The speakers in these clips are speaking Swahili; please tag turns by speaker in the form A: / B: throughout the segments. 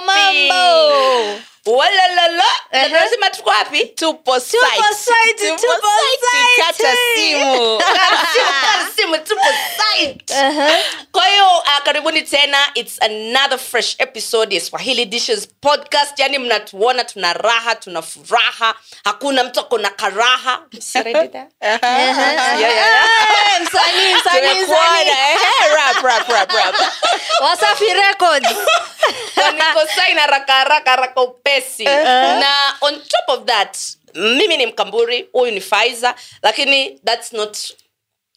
A: mambo walalala
B: Ehe.
A: nasema tuko wapi tupo site.
B: Tupo site,
A: Tupo
B: tupo
A: site.
B: site.
A: kata simu Kata simu tupo site
B: Aha.
A: kwa hiyo uh, karibuni tena its another fresh episode ya swahili dishes podcast yani mnatuona tuna raha tuna furaha hakuna mtu ako na karaha
C: Uh-huh,
A: Yeah, yeah, yeah.
B: Eh, msanii, msanii,
A: Tumekuona,
B: msanii.
A: eh. Rap, rap, rap, rap.
B: Wasafi Records.
A: nikosaina raka haraka haraka upesi na on top of that mimi ni mkamburi huyu ni faiza lakini thats not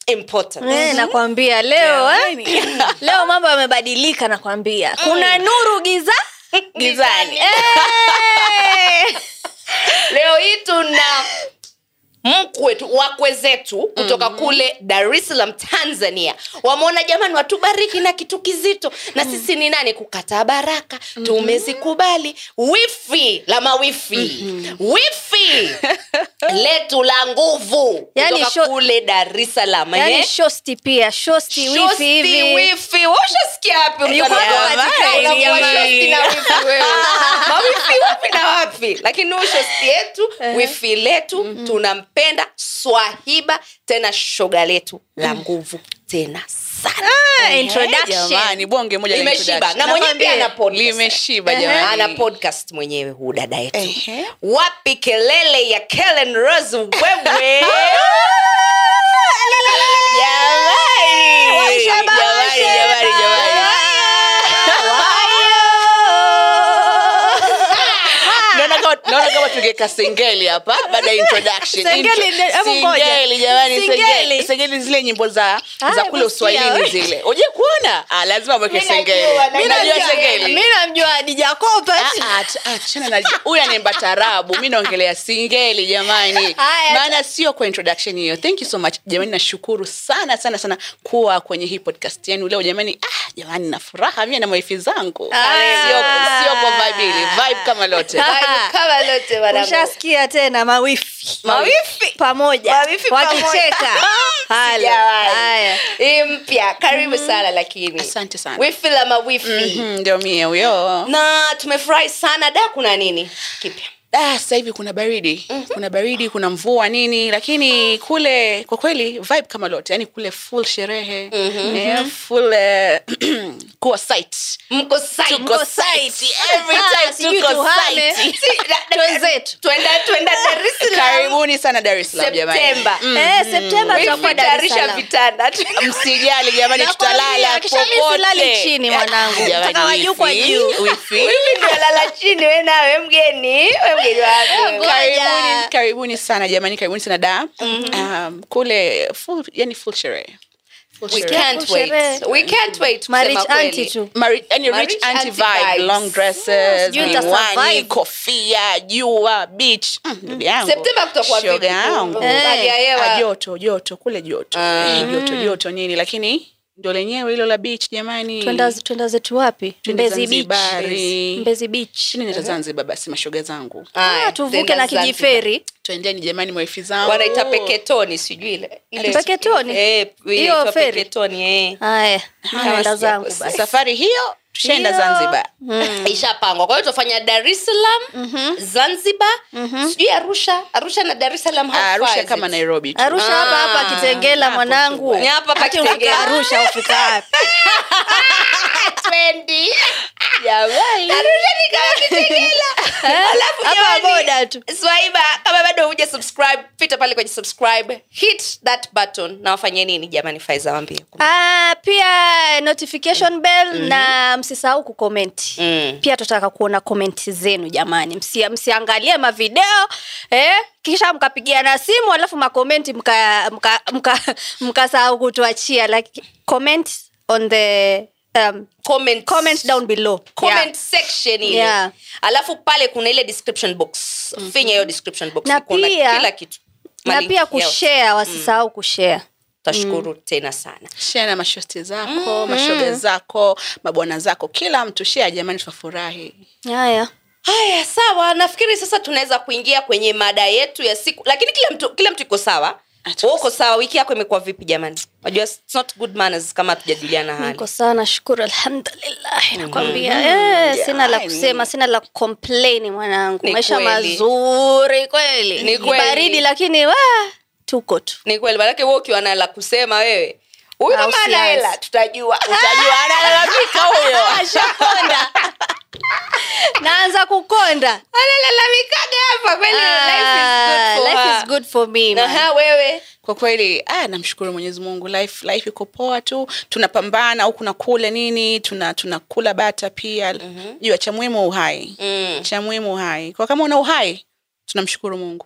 A: important
B: Eh, nakwambia leo
A: Yeah,
B: eh? leo mambo yamebadilika nakwambia kuna nuru giza
A: Gizani.
B: Eh!
A: leo hii tuna mkwetu wakwe zetu kutoka
B: Mm-hmm.
A: kule dar es salaam tanzania wameona jamani watubariki na kitu kizito na
B: Mm-hmm.
A: sisi ni nani kukataa baraka tumezikubali wifi la mawifi
B: Mm-hmm.
A: wifi letu la nguvu
B: Yani
A: kutoka
B: Yaani sho-
A: kule dar es salaam
B: yaani
A: eh?
B: shosti pia shosti wifi
A: Shosti,
B: hivi
A: wifi. Wewe ushasikia wapi mtu
B: Yuko
A: anaitwa wifi?
B: hapa katikati,
A: Unakuwa shosti
B: jamani.
A: na wifi wewe. Mawifi wapi na wapi lakini huyu shosti yetu
B: Uh-huh.
A: wifi letu
B: Mm-hmm.
A: tunampenda swahiba tena shoga letu la nguvu tena sana
B: Mm.
A: Eh,
B: Ah, introduction
C: jamani bonge moja la
A: imeshiba
C: introduction.
A: na mwenyewe pia ana podcast. Eh,
C: limeshiba
B: Ehe.
A: ana
C: jamani
A: podcast mwenyewe huu dada yetu
C: Ehe.
A: wapi kelele ya Kellen Rose wewe Jamani,
B: Washaba,
A: jamani, jamani,
B: washaba.
A: jamani.
C: Naona kama- naona kama tungeka sengeli hapa baada ya introduction.
B: Sengeli,
C: Intro-
B: hebu ngoja.
C: Sengeli, jamani
B: Sengeli.
C: sengeli. sengeli zile nyimbo za
B: Ah,
C: za kule
B: nimesikia,
C: uswahilini
B: we.
C: zile uje kuona Ah, lazima mweke
A: Mimi najua,
C: sengeli
A: najua.
C: Mimi najua
A: Mimi najua.
C: sengeli
B: mi namjua
C: Ah,
B: dijakopa
C: ah, ach- achana na huyu anaimba tarabu mi naongelea singeli jamani
B: Haya.
C: maana sio kwa introduction hiyo thank you so much jamani nashukuru sana sana sana kuwa kwenye hii podcast yenu leo jamani ah, jamani na furaha mie na maifi zangu
B: Ah.
C: sio sio kwa vibe ile vibe kama lote
B: Ah.
A: Kama lote wanangu.
B: ushasikia tena mawifi
A: Mawifi.
B: pamoja
A: Mawifi pamoja.
B: wakicheka Halo.
A: Jamani.
B: Haya.
A: Hii mpya karibu sana lakini
C: Asante sana.
A: wifi la mawifi
C: Mhm, ndio mie huyo
A: na tumefurahi sana da kuna nini kipya
C: Ah, sasa hivi kuna baridi
B: Mm.
C: kuna baridi kuna mvua nini lakini kule kwa kweli vibe kama lote yani kule full sherehe
B: Mhm.
C: eh, full eh, kuwa site
A: mko site.
C: Tuko site. Every time
B: Ah, sijui
C: tuko
B: tuhame.
C: site.
A: Si, da- da-
B: Twenzetu.
A: twenda twenda dar es salaam
C: karibuni sana dar es salaam jamani
A: septemba
B: Eh, septemba tutakuwa
A: Wifi,
B: Dar es
A: tayarisha
B: Salaam.
A: vitanda
C: msijali jamani
B: Nakwambia,
C: tutalala
B: kisha mimi silali chini, mwanangu.
A: Eh, yaani
B: Mpaka wa juu kwa juu.
A: Wifi ndio lala chini we nawe mgeni we mgeni wangu
B: Ngoja.
C: karibuni karibuni sana jamani karibuni sana da
B: Mhm.
C: um, kule full, yani full sherehe Full
A: we
C: sherehe.
A: can't wait we can't wait kusema
B: Marriage auntie
A: kweli.
B: tu.
C: Mari- yani rich
A: Marriage
C: auntie
A: auntie
C: vibe,
A: vibes.
C: long dresses
B: Sijui nita
C: miwani
B: survive.
C: kofia jua beach Mm, ndugu yangu
A: Septemba kutakuwa
C: Shoga
A: vipi?
C: yangu.
A: Eh. Hali ya hewa. Ah.
C: Ah, joto joto kule joto Eh, joto joto nini lakini ndo lenyewe hilo la beach jamani
B: Twenda- twenda zetu wapi
C: Twende
B: mbezi
C: Zanzibari.
B: beach mbezi beach
C: chini
A: Eh.
C: nita zanzibar basi mashoga zangu
A: Aya,
B: Ah, tuvuke
A: tena
B: na
A: Zanzibar.
B: kijiferi Oh.
C: twendeni jamani mwefi zangu
A: wanaita peketoni sijui ile- ile-
B: Peketoni?
A: Eh,
B: Hiyo
A: inaitwa
B: feri?
A: peketoni, eh.
B: haya
C: Haya,
B: naenda
C: sija-
B: zangu
C: s-
B: basi
C: safari hiyo tushaenda
B: Hiyo.
C: zanzibar
B: Hmm.
A: ishapangwa kwa hiyo tutafanya dar es salaam
B: Mhm.
A: zanzibar sijui arusha arusha na dar es salaam how
B: Ah,
A: far
C: Ah, arusha
A: is
C: kama
A: it?
C: nairobi tu.
B: arusha hapa hapa kitengela
C: hapo
B: mwanangu
A: Ah, Ni hapa hapa
B: Hata ufika
A: Kitengela.
B: arusha ufika wapi
A: Twenty. Arusha ni kama Kitengela. Alafu
B: hapa
A: jamani,
B: boda tu
A: Swaiba, kama bado huja subscribe pita pale kwenye subscribe hit that button na wafanye nini jamani faiza wambie
B: Ah, pia notification bell
A: Mhm.
B: na msisahau kukomenti
A: Mm.
B: pia tutaka kuona komenti zenu jamani Msia, msiangalie mavideo eh, kisha mkapigia na simu alafu makomenti mkasahau mka, mka, mkasahau kutuachia like, comment on the um,
A: comment,
B: comment down below
A: comment section ile
B: Yeah. Mhm.
A: alafu pale kuna ile description box finya hiyo description box
B: Na
A: iko na
B: pia-
A: kila kitu
B: yeah. na
A: Malinki
B: pia
A: yao.
B: kushare wasisahau kushare
A: tashukuru tena sana
C: shea na mashosti
A: Mm-hmm.
C: zako mashoga zako mabwana zako kila mtu shea jamani tutafurahi
B: haya
A: haya sawa nafikiri sasa tunaweza kuingia kwenye mada yetu ya siku lakini kila mtu kila mtu iko sawa
C: Atuko
A: Wewe uko sawa wiki yako imekuwa vipi jamani najua it's not good manners kama hatujadiliana hali
B: niko sawa nashukuru alhamdulillah nakwambia
A: Mm.
B: eh, sina la
C: Jamani.
B: kusema sina la kucomplain mwanangu
A: Ni
B: maisha
A: kweli.
B: mazuri kweli
A: Ni kweli.
B: baridi lakini wa, tuko tu
A: ni kweli manake wewe ukiwa na la kusema wewe huyu
B: Au
A: kama
B: si
A: ana hela
B: hasi.
A: tutajua utajua analalamika huyo
B: Ashakonda. naanza kukonda
A: analalamikaga hapa kweli
B: Ah,
A: life is good for
B: life
A: her.
B: is good for me man.
A: Aha, wewe
C: kwa kweli ah, namshukuru mwenyezi mungu life, life iko poa tu tunapambana au kuna kule nini tuna tunakula bata pia mm-hmm. jua cha muhimu uhai
A: Mhm. Mm,
C: cha muhimu uhai kwa kama una uhai tunamshukuru mungu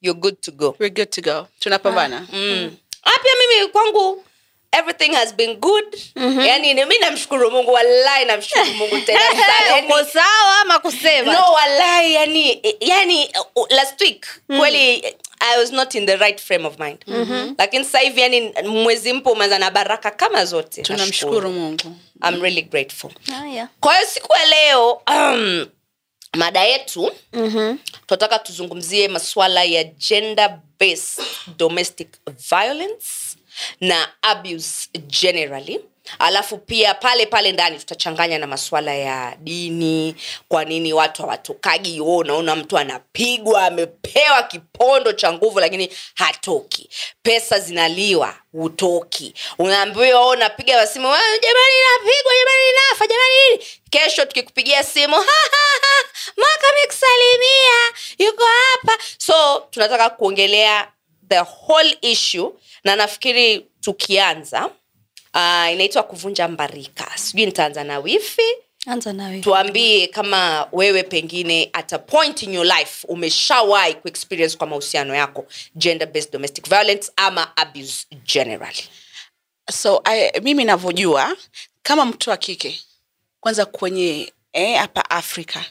A: you're good to go
C: We're good to go tunapambana
A: mm. Ah, pia mimi kwangu everything has been good
C: Mm-hmm.
A: yani ni- mi namshukuru mungu wallahi namshukuru mungu tena sana yani,
B: uko sawa ama kusema
A: no wallahi yani yani uh, last week
C: Mm.
A: kweli uh, i was not in the right frame of mind
C: Mm-hmm.
A: lakini sasa hivi yani mwezi mpo umeanza na baraka kama zote
C: tunamshukuru mungu
A: Nashukuru. i'm really grateful
B: Haya.
A: kwa hiyo siku ya leo um, mada yetu
B: Mhm.
A: tunataka tuzungumzie masuala ya gender based domestic violence na abuse generally alafu pia pale pale ndani tutachanganya na masuala ya dini kwa nini watu hawatokagi wo unaona mtu anapigwa amepewa kipondo cha nguvu lakini hatoki pesa zinaliwa hutoki unaambiwa "Oh, napiga wasimu "Ah, jamani napigwa jamani nafa jamani nini kesho tukikupigia simu ha, ha, ha, mwaka amekusalimia yuko hapa so tunataka kuongelea the whole issue na nafikiri tukianza uh, inaitwa kuvunja mbarika sijui nitaanza na wifi
B: anza nawe
A: tuambie kama wewe pengine at a point in your life umeshawahi kuexperience kwa mahusiano yako gender based domestic violence ama abuse generally
C: so I, mimi navyojua kama mtu wa kike kwanza kwenye eh, hapa afrika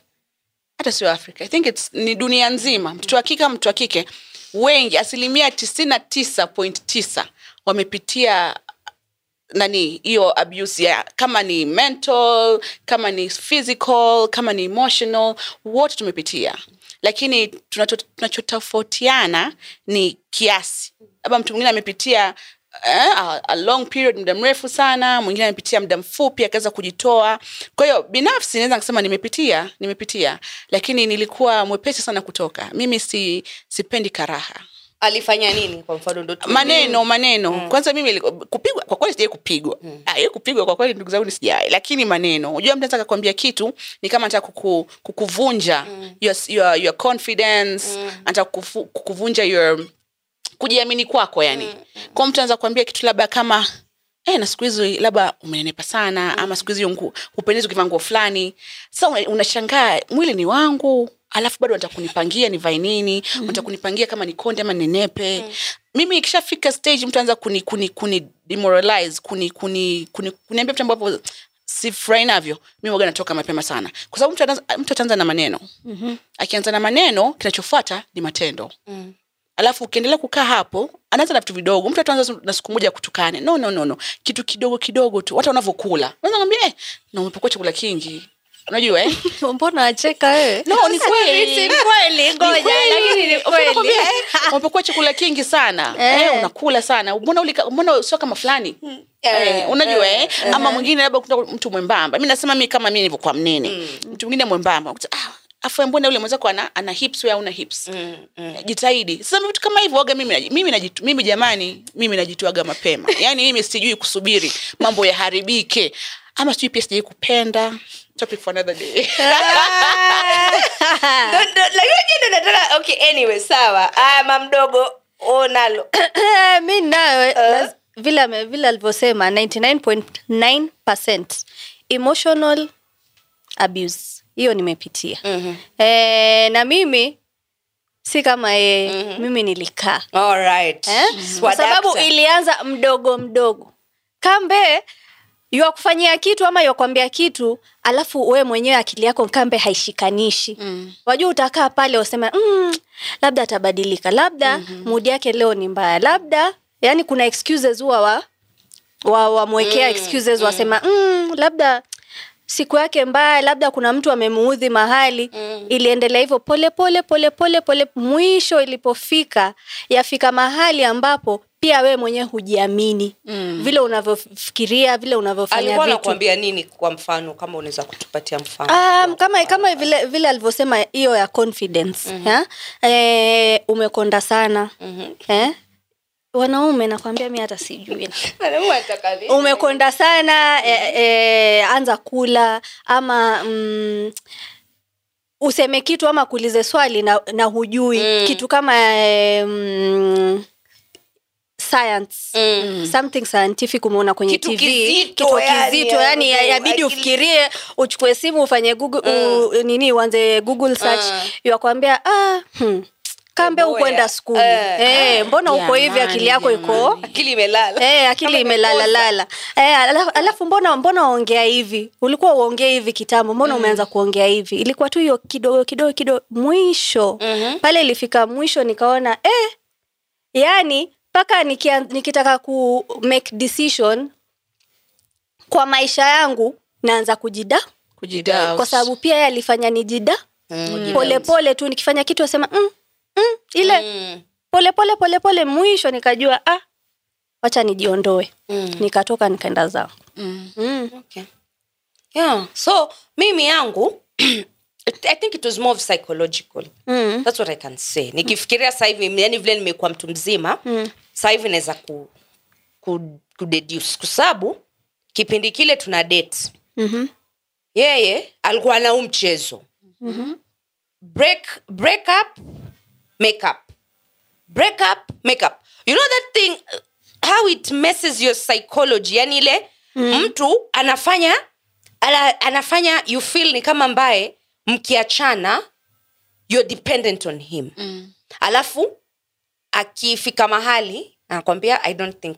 C: hata sio afrika i think it's, ni dunia nzima mtoto wa kike au mtu wa kike wengi asilimia tisini na tisa point tisa wamepitia nani hiyo abuse ya kama ni mental kama ni physical kama ni emotional wote tumepitia lakini tunacho- tunachotofautiana ni kiasi labda mtu mwingine amepitia eh, a, a long period muda mrefu sana mwingine amepitia muda mfupi akaweza kujitoa kwa hiyo binafsi naweza kusema nimepitia nimepitia lakini nilikuwa mwepesi sana kutoka mimi si sipendi karaha
A: alifanya nini kwa mfano ndo tu-
C: maneno maneno kwanza mimi liko- kupigwa kwa kweli sijai kupigwa Ah, ye kupigwa kwa kweli ndugu zangu ni sijai lakini maneno unajua mtu anataka kuambia kitu ni kama anataka kuku, kukuvunja your, your, your confidence anataka kufu- kukuvunja your kujiamini kwako yani kwa mtu anaweza kuambia kitu labda kama Eh, na siku hizi labda umenenepa sana ama siku hizi ungu- hupendezi ukivaa nguo fulani sa so, unashangaa mwili ni wangu alafu bado wanataka kunipangia nivae nini mm wanataka kunipangia kama ni konde ama ninenepe mimi ikishafika stage mtu anza kuni, kuni, kuni demoralize kuni, kuni, kuni, kuniambia vitu ambavyo sifurahi navyo mi waga natoka mapema sana kwa sababu mtu ataanza- mtu ataanza na maneno mm-hmm. akianza na maneno kinachofuata ni matendo
A: Mm.
C: alafu ukiendelea kukaa hapo anaanza na vitu vidogo mtu ataanza na siku moja kutukane no, no, no, no. kitu kidogo kidogo tu hata unavyokula naambia eh, na umepakua chakula kingi unajua eh?
B: mbona acheka wewe
C: no ni kweli
B: kweli
C: Ni
B: ngoja
C: kweli.
B: lakini ni
C: Mbona
B: kweli
C: nakwambia, eh, umepakua chakula kingi sana
B: Eh.
C: eh, unakula sana mbona ulika- mbona sio kama fulani Eh, unajua eh, ama mwingine labda kuta mtu mwembamba mi nasema mi kama mi nilivyokuwa mnene mtu mwingine mwembamba unakuta, ah, afu mbona yule mwenzako ana, ana hips wewe hauna hips
A: Mm, mm.
C: jitahidi sasa vitu kama hivyo waga mimi naji- mimi najitu, mimi jamani mimi najituaga mapema yaani mimi sijui kusubiri mambo yaharibike ama sijui pia sijai kupenda topic for another day
B: Ah!
A: Ndo- ndo- lakini ndo nataka okay anyway sawa aya mamdogo o nalo
B: Eh, mi nayo laz- vile ame- vile alivyosema 99.9 emotional abuse hiyo nimepitia
A: Mhm.
B: eh, na mimi si kama yeye mimi nilikaa
A: Alright.
B: eh? kwa
A: Swadakta.
B: sababu ilianza mdogo mdogo kambe yuakufanyia kitu ama yuakwambia kitu alafu we mwenyewe akili yako kambe haishikanishi mm. wajua utakaa pale useme mm, labda atabadilika labda mm-hmm. mudi yake leo ni mbaya labda yani kuna mm. excuses huwa wa wamwekea wa wamwekea excuses wasema mm, labda siku yake mbaya labda kuna mtu amemuudhi mahali mm. iliendelea hivyo pole pole pole pole pole mwisho ilipofika yafika mahali ambapo pia wewe mwenyewe hujiamini mm. vile unavyofikiria vile unavyofanya
A: alikuwa
B: vitu
A: anakuambia nini kwa mfano kama unaweza kutupatia mfano
B: Um, kama kama vile vile alivyosema hiyo ya confidence mm-hmm. yeah? e, umekonda sana mm-hmm. eh? wanaume nakwambia mi hata sijui
A: Anamu anataka nini?
B: umekonda sana eh, eh, anza kula ama mm, useme kitu ama kuulize swali na, na hujui mm. kitu kama eh, mm, science mm. something scientific umeona kwenye
A: Kitu
B: tv
A: kizito
B: kitu
A: yani,
B: kizito yani
A: yani,
B: yabidi
A: akili- Mm.
B: ufikirie uchukue simu ufanye google, u, nini uanze google search yakwambia ah, hmm, kambe
A: Eboya.
B: ukwenda skuli
A: Eh,
B: eh, mbona uko hivi akili yako iko
C: jamani.
A: akili imelala
B: Eh, akili imelalalala eh, alafu, alafu mbona mbona waongea hivi ulikuwa uongee hivi kitambo mbona mm. umeanza kuongea hivi ilikuwa tu hiyo kidogo kidogo kidogo mwisho mm-hmm. pale ilifika mwisho nikaona eh, yani mpaka nikia- nikitaka ku make decision kwa maisha yangu naanza kujida
C: kujidao
B: kwa sababu pia yeye alifanya nijida
A: Mm.
B: polepole pole tu nikifanya kitu asema mm, mm, ile
A: Mm.
B: polepole polepole mwisho nikajua ah, wacha nijiondoe
A: Mm.
B: nikatoka nikaenda zangu
C: mm.
B: mm.
A: Okay. Yeah. so mimi yangu i think it was more of psychological
B: mm.
A: thats what i can say nikifikiria sahivi yani vile nimekuwa mtu mzima mm. sahivi naweza ku, ku, kudeduce kwa sababu kipindi kile tuna date
B: mm-hmm.
A: yeye alikuwa na huu mchezo break, break up make up break up make up you know that thing uh, how it messes your psychology yani ile mm. mtu anafanya ana, anafanya you feel ni kama mbaye mkiachana you're dependent on him mm. alafu akifika mahali anakwambia i don't think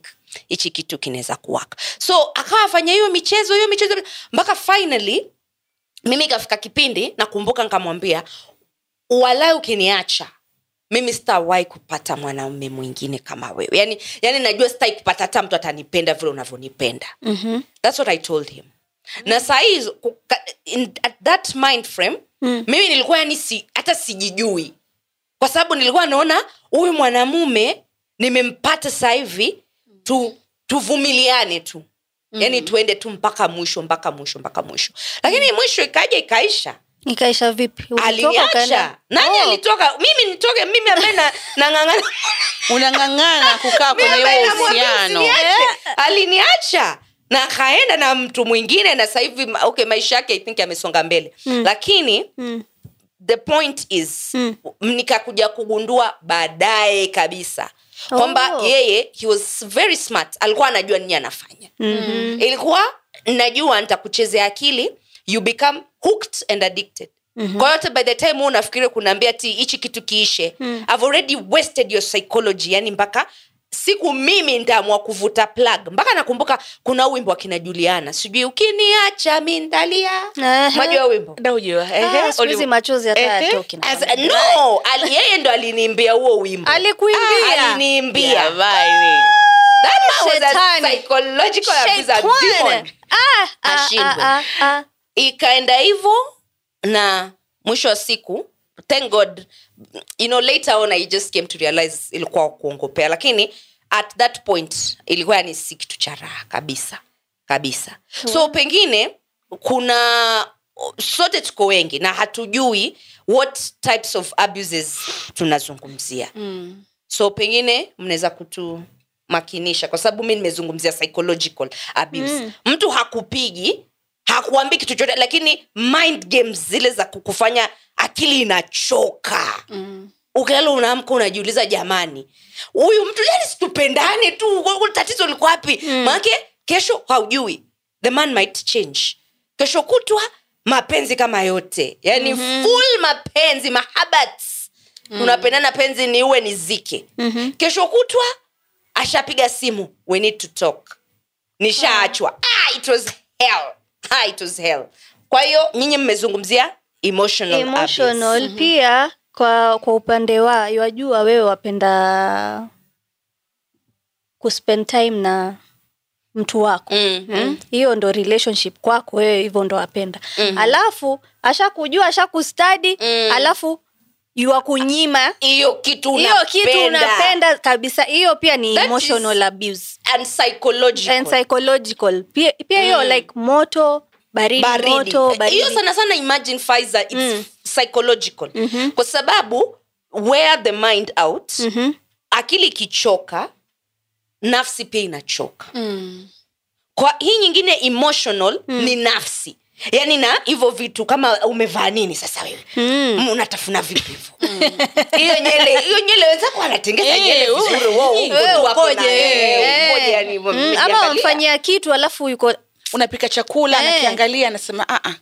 A: hichi kitu kinaweza kuwaka so akawa afanya hiyo michezo hiyo michezo mpaka finally mimi ikafika kipindi nakumbuka nikamwambia walai ukiniacha mimi sitawahi kupata mwanaume mwingine kama wewe yani, yani najua sitai kupata hata mtu atanipenda vile unavyonipenda
B: mm-hmm.
A: thats what i told him na sahii at that mind frame mm. mimi nilikuwa yani si, hata sijijui kwa sababu nilikuwa naona huyu mwanamume nimempata sahivi tu tuvumiliane tu yani tuende tu mpaka mwisho mpaka mwisho mpaka mwisho lakini mwisho ikaja ikaisha
B: ikaisha vipi Ulitoka
A: aliniacha
B: ukaenda-
A: nani alitoka mimi nitoke mimi ambaye na- nang'ang'ana
C: unang'ang'ana kukaa
A: mimi
C: kwenye
A: ambaye
C: huo
A: namwambia
C: uhusiano
A: usiniache. aliniacha na akaenda na mtu mwingine na sahivi ma- okay maisha yake i think yamesonga mbele mm. lakini
B: Mm.
A: the point is
B: Mm.
A: nikakuja kugundua baadaye kabisa kwamba
B: Oh.
A: yeye he was very smart alikuwa anajua nini anafanya
B: Mhm.
A: ilikuwa najua nitakuchezea akili you become hooked and addicted mm-hmm. kwa hiyo hata by the time huu unafikiria kunaambia ti hichi kitu kiishe mm. I've already wasted your psychology yani mpaka siku mimi ntaamua kuvuta plug mpaka nakumbuka kuna huu wimbo akinajuliana sijui ukiniacha mindalia
B: Aha.
A: majua wimbo
C: Naujua, ehe,
B: Ah, siku hizi
C: oli-
B: machozi hata
C: ehe.
B: hayatoki na
A: As,
B: kama-
A: no ali- yeye ndo aliniimbia huo wimbo
B: Alikuimbia?
A: Ah, aliniimbia
C: Yeah, bye, we.
A: That man was a
B: Shetani.
A: psychological abuse, a demon.
B: Shetani. Ah, ah,
A: Ashindwe.
B: ah, ah,
A: ikaenda hivyo na mwisho wa siku thank god you know later on i just came to realize ilikuwa kuongopea lakini at that point ilikuwa yani si kitu cha raha kabisa kabisa so pengine kuna sote tuko wengi na hatujui what types of abuses tunazungumzia
C: Mm.
A: so pengine mnaweza kutumakinisha kwa sababu mi nimezungumzia psychological abuse mm. mtu hakupigi hakuambi kitu chochote lakini mind games zile za kukufanya akili inachoka mm ukilala unaamka unajiuliza jamani huyu mtu yani situpendane tu kwa- kwa tatizo liko wapi mm. maanake kesho haujui the man might change kesho kutwa mapenzi kama yote yani mm-hmm. full mapenzi mahabats mm. unapendana penzi ni uwe ni zike mm-hmm. kesho kutwa ashapiga simu we need to talk nishaachwa ah, it was hell ah, it was hell kwa hiyo nyinyi mmezungumzia
B: ah.
A: emotional abuse.
B: emotional pia kwa kwa upande wa wajua wewe wapenda kuspend time na mtu wako
A: Mm,
B: Mm. hiyo ndo relationship kwako wewe hivyo ndo wapenda
A: Mm-hmm.
B: mm. alafu ashakujua ashakustadi mm. alafu yuwa kunyima
A: hiyo kitu
B: hiyo kitu
A: unapenda
B: unapenda kabisa hiyo pia ni
A: That
B: emotional
A: is-
B: abuse
A: and psychological.
B: and psychological pia pia hiyo like moto baridi,
A: Mm. baridi.
B: moto
A: Eh, hiyo
B: baridi Mm.
A: sana sana imagine Pfizer, it's psychological
B: Mm-hmm.
A: kwa sababu wear the mind out
B: Mhm.
A: akili ikichoka nafsi pia inachoka
B: Mm.
A: kwa hii nyingine emotional ni nafsi yaani na hivyo vitu kama umevaa nini sasa wewe mm. unatafuna vipi
B: Mm.
A: hivo hiyo nyele hiyo nyele wenzako anatengeza
C: Eh,
A: nyele
C: wewe-
A: vizuri wow, huko
B: Wewe
A: tu hapo na-
B: ukoje,
A: eh,
B: eh.
A: ukoje, yaani,
B: Mm, ama
A: ukiangalia.
B: wamfanyia kitu alafu yuko
C: unapika chakula
B: Eh.
C: nakiangalia anasema "Ah, ah,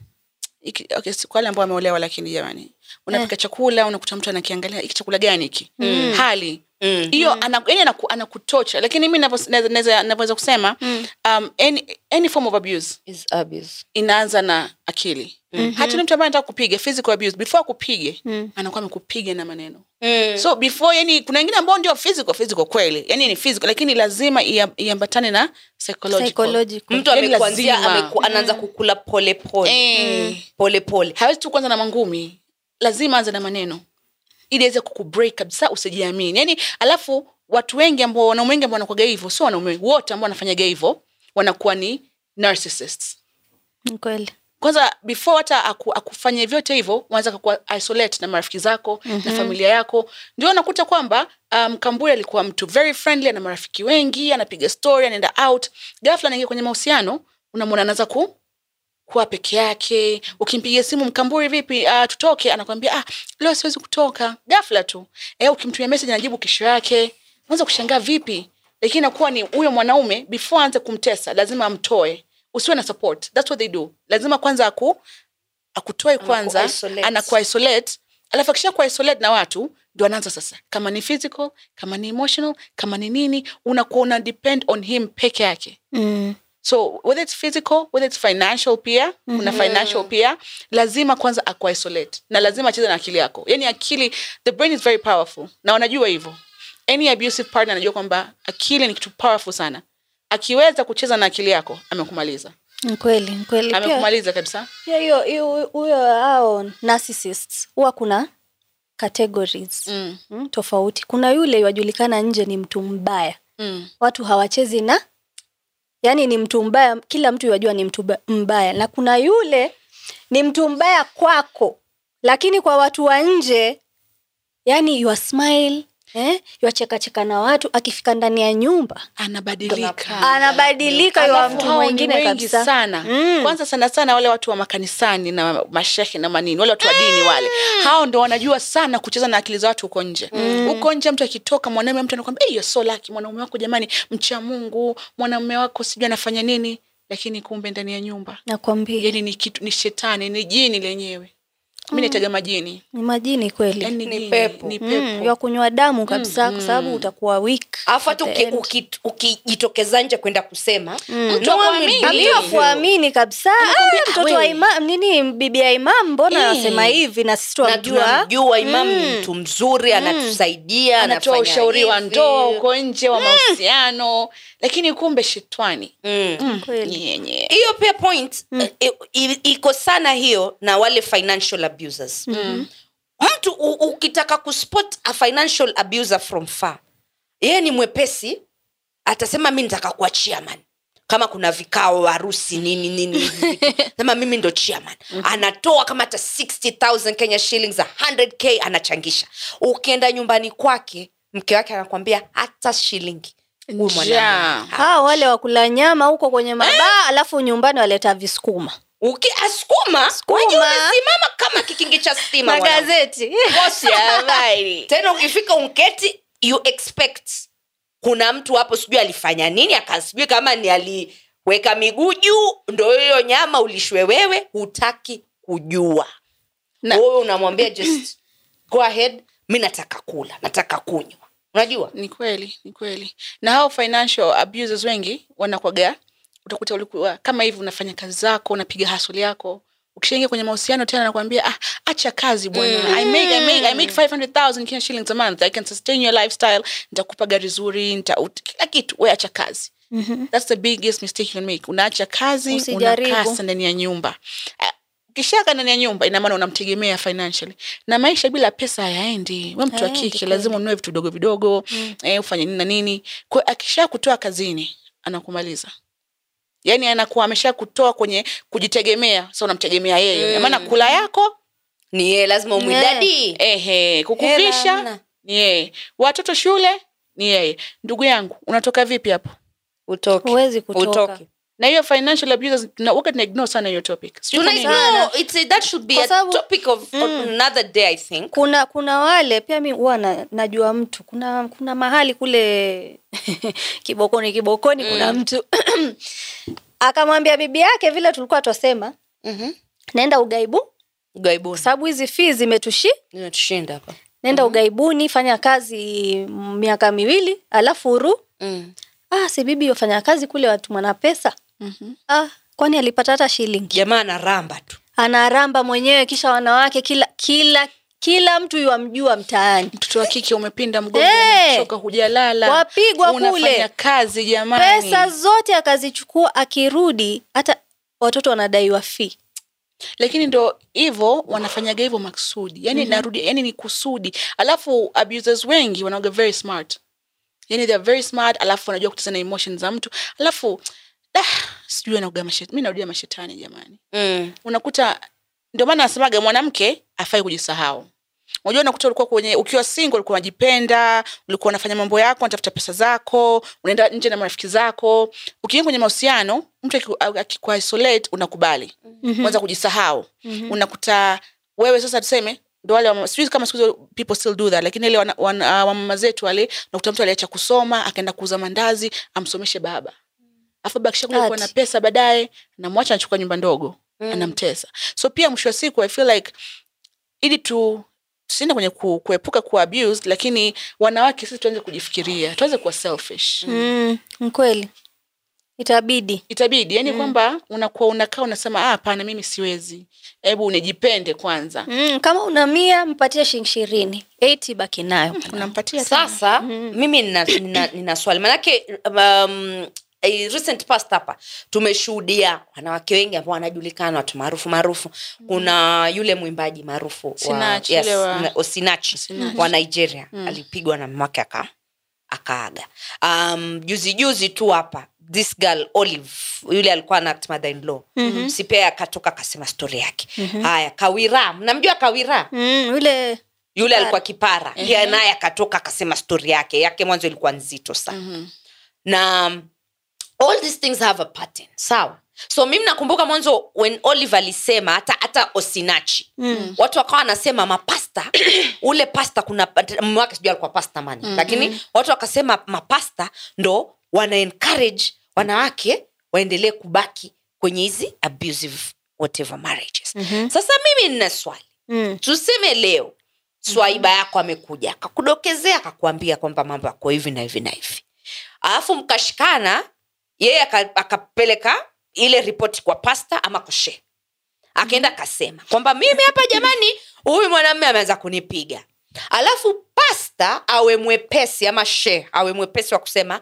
C: hiki- okay, si- kwa wale ambao wameolewa lakini jamani unapika
B: Eh.
C: chakula unakuta mtu anakiangalia hiki chakula gani hiki hali
A: Mm.
C: hiyo ana- yani anaku- anakutocha lakini mi navyo- naweza- naweza- naweza kusema
B: Mm.
C: um, any, any form of abuse
A: Is abuse.
C: inaanza na akili mm-hmm. hata ni mtu ambaye anataka kupiga physical abuse before akupige
B: Mm.
C: anakuwa amekupiga na maneno
A: Mm.
C: so before yani kuna wengine ambao ndio physical physical kweli yani ni physical lakini lazima ia- iambatane na psychological,
B: psychological
A: mtu
C: Yani
A: amekuanzia
C: Yaani lazima. Mm.
A: ameku, anaanza kukula pole pole
C: Eh,
A: pole pole
C: hawezi tu kwanza na mangumi lazima anze na maneno ili aweze kukubreak kabisa usijiamini yani alafu watu wengi ambao wanaume wengi ambao wanakuaga hivyo sio wanaume wote ambao wanafanyaga hivyo wanakuwa ni narcissists
B: Ni kweli
C: kwanza before hata aku, akufanya vyote hivyo unaweza kakuwa isolate na marafiki zako na familia yako ndio unakuta kwamba um, kamburi alikuwa mtu very friendly ana marafiki wengi anapiga story anaenda out ghafla anaingia kwenye mahusiano unamwona anaanza ku kuwa peke yake ukimpigia simu mkamburi vipi uh, tutoke anakwambia ah, leo siwezi kutoka ghafla tu eh, ukimtumia message anajibu kesho yake unaweza kushangaa vipi lakini inakuwa ni huyo mwanaume before aanze kumtesa lazima amtoe usiwe na support thats what they do lazima kwanza aku akutoe kwanza
A: isolate.
C: anakuisolate alafu akisha kuisolate na watu ndio anaanza sasa kama ni physical kama ni emotional kama ni nini unakuwa una depend on him peke yake
B: mm.
C: so whether it's physical whether it's financial pia mm-hmm. kuna financial pia lazima kwanza akuisolate na lazima acheze na akili yako yani akili the brain is very powerful na wanajua hivyo any abusive partner anajua kwamba akili ni kitu powerful sana akiweza kucheza na akili yako amekumaliza
B: Ni kweli ni kweli pia
C: amekumaliza kabisa
B: pia hiyo hiyo- huyo hao narcissists huwa kuna categories
C: mm.
B: mm, tofauti kuna yule wajulikana nje ni mtu mbaya
C: Mm.
B: watu hawachezi na yani ni mtu mbaya kila mtu yajua ni mtu ba- mbaya na kuna yule ni mtu mbaya kwako lakini kwa watu wa nje yani yua smile eh, yuachekacheka na watu akifika ndani ya nyumba
C: anabadilika
B: anabadilika yua
C: Alafu
B: mtu
C: hao ni
B: mwingine
C: wengi
B: kabisa
C: sana
B: Mm.
C: kwanza sana sana wale watu wa makanisani na mashehe na manini wale watu wa
B: Mm.
C: dini wale hao ndo wanajua sana kucheza na akili za watu huko nje
B: Mm.
C: huko nje mtu akitoka mwanaume mtu anakwambia "Eh, you're so lucky mwanaume wako jamani mcha mungu mwanaume wako sijui anafanya nini lakini kumbe ndani ya nyumba
B: nakwambia
C: yani ni kitu ni shetani ni jini lenyewe mi naitaga majini
B: Mm. ni majini kweli
C: yani
A: Ni
C: jini,
A: pepo.
C: ni yaani pepo. Mm,
B: mm, ya kunywa damu kabisa kwa sababu utakuwa weak
A: afu
B: at
A: hata uki-
B: the end.
A: uki- ukijitokeza nje kwenda kusema
C: Mtu akuamini.
A: amini.
B: Ndio kuamini kabisa
C: Anakwambia,
B: Ah, mtoto
C: wewe.
B: wa imam nini bibi ya imam mbona
C: Mm.
B: anasema hivi na sisi
A: Na
C: ah.
B: twamjua
A: tunamjua imamu ni mtu mzuri anatusaidia
C: Mm. anatoa
A: anafanya
C: ushauri wa
A: hivi.
C: ndoa huko nje
B: Mm.
C: wa mahusiano lakini kumbe shetani
A: Mm.
C: Mm,
B: Kweli.
C: nyenye.
A: hiyo pia point eh, eh, i- iko sana hiyo na wale financial abusers mtu u- ukitaka kuspot a financial abuser from far yeye ni mwepesi atasema mi nitaka kuwa chairman kama kuna vikao harusi nini nini hivi vitu. sema mimi ndo chairman anatoa kama hata 60000 kenya shillings 100k anachangisha ukienda nyumbani kwake mke wake anakwambia hata shilingi huyu mwanaume
C: Njaa.
A: Mm.
B: hawa wale wakula nyama huko kwenye mabaa alafu nyumbani waleta visukuma
A: ukiaskuma
B: Sukuma.
A: ah, umesimama kama kikingi cha stima mwanangu.
B: magazeti
A: Bosi ya habari. tena ukifika unketi you expect kuna mtu hapo sijui alifanya nini aka- sijui kama ni aliweka miguu juu ndo hiyo nyama ulishwe wewe hutaki kujua
C: Na-
A: wewe unamwambia just go ahead mi nataka kula nataka kunywa unajua
C: ni kweli ni kweli na hao financial abusers wengi wanakwaga utakuta ulikuwa kama hivi unafanya kazi zako unapiga hasuli yako ukishaingia kwenye mahusiano tena anakwambia ah, acha kazi bwana I make, I make, I make 500,000 Kenya shillings a month I can sustain your lifestyle nitakupa gari zuri nita ut- kila kitu we acha kazi thats the biggest mistake you can make unaacha kazi
B: Usijaribu.
C: unakasa ndani ya nyumba Ah, ukishaka ndani ya nyumba ina maana unamtegemea financially na maisha bila pesa hayaendi we mtu wa
B: Hayaendi
C: kike
B: kweli.
C: lazima ununue vitu vidogo vidogo eh, ufanye nini na nini kwa akisha kutoa kazini anakumaliza yaani anakuwa amesha kutoa kwenye kujitegemea so unamtegemea yeye mm. maana kula yako
A: ni yeye lazima umwidadii
C: ehe
A: Hela
C: kukufisha
A: hamna.
C: ni yeye watoto shule ni yeye ndugu yangu unatoka vipi hapo
A: utoke
B: Huwezi kutoka.
A: Utoke.
C: na hiyo financial abuses tuna- huwa tuna ignore sana hiyo topic Sijui
A: Tuna
C: kwa nini.
A: ignore, it's- that should be
B: Kwa
A: a
B: sababu-
A: topic of of another day i think
B: kuna kuna wale pia mi huwa na, najua mtu kuna kuna mahali kule kibokoni kibokoni kuna mtu akamwambia bibi yake vile tulikuwa twasema naenda ugaibu kwa
A: gaibuni
B: sababu hizi fii zimetushi
A: inatushinda hapa
B: naenda ugaibuni fanya kazi mm, miaka miwili alafu uru
A: Mm.
B: ah, si bibi wafanya kazi kule watu mwana pesa ah, kwani alipata hata shilingi
A: jamaa anaramba tu
B: anaramba mwenyewe kisha wanawake kila kila kila mtu yuwamjua mtaani
C: mtoto wa kike umepinda mgongo
B: Eh!
C: umechoka hujalala
B: Wapigwa kule.
C: unafanya kazi jamani
B: pesa zote akazichukua akirudi hata watoto wanadaiwa fii
C: lakini ndo hivyo wanafanyaga hivyo maksudi yani
B: Mhm.
C: narudi yani ni kusudi alafu abusers wengi wanaoga very smart yani they are very smart alafu wanajua kucheza na emotions za mtu alafu dah, sijui anaoga mashetani mi narudia mashetani jamani
A: mm.
C: unakuta ndio maana nasemaga mwanamke afai kujisahau unajua unakuta ulikuwa kwenye ukiwa single ulikuwa unajipenda ulikuwa unafanya mambo yako unatafuta pesa zako unaenda nje na marafiki zako ukiingia kwenye mahusiano mtu akiku- akikuisolate unakubali mm-hmm. kwanza kujisahau mm-hmm. unakuta wewe sasa tuseme ndo wale wamama- sijui kama siku hizo people still do that lakini ile wana- wana- wamama zetu wale nakuta mtu aliacha kusoma akaenda kuuza mandazi amsomeshe baba afu bakisha kuja kuwa na
B: Ati.
C: pesa baadaye namwacha anachukua nyumba ndogo mm. anamtesa so pia mwisho wa siku i feel like ili tu tusiende kwenye ku, kuepuka kuwa abused lakini wanawake sisi tuanze kujifikiria tuanze kuwa selfish mm.
B: mm, mkweli itabidi
C: itabidi yani mm. kwamba unakuwa unakaa unasema "Ah, hapana mimi siwezi hebu unijipende kwanza
B: mm, kama una mia mpatie shilingi ishirini 80 baki nayo
C: Mm. unampatia tena.
A: sasa mimi nina, nina, nina swali manake um, eh, recent past hapa tumeshuhudia wanawake wengi ambao wanajulikana watu maarufu maarufu kuna yule mwimbaji maarufu wa,
C: Sinach, yule wa-
A: na- osinachi wa nigeria alipigwa na mamake aka akaaga um, juzi juzi tu hapa this girl olive yule alikuwa na mother-in-law mm-hmm. sipea akatoka akasema stori yake mm-hmm. haya kawira mnamjua kawira
B: mm, ule
A: yule alikuwa kipara pia naye akatoka akasema stori yake yake mwanzo ilikuwa nzito sana na um, all these things have a pattern sawa so mimi nakumbuka mwanzo when olive alisema hata hata osinachi mm. watu wakawa wanasema mapasta ule pasta kuna mume wake sijui alikuwa pasta mani mm-hmm. lakini watu wakasema mapasta ndo wana encourage wanawake waendelee kubaki kwenye hizi abusive whatever marriages mm-hmm. sasa mimi nina swali
B: mm, Mm-hmm.
A: tuseme leo swaiba yako amekuja akakudokezea akakuambia kwamba mambo yako hivi na hivi na hivi alafu mkashikana yeye aka- akapeleka ile ripoti kwa pasta ama kwa shehe akaenda
B: Mm-hmm.
A: akasema kwamba mimi hapa jamani huyu mwanamme ameanza kunipiga alafu pasta awe mwepesi ama shehe awe mwepesi wa kusema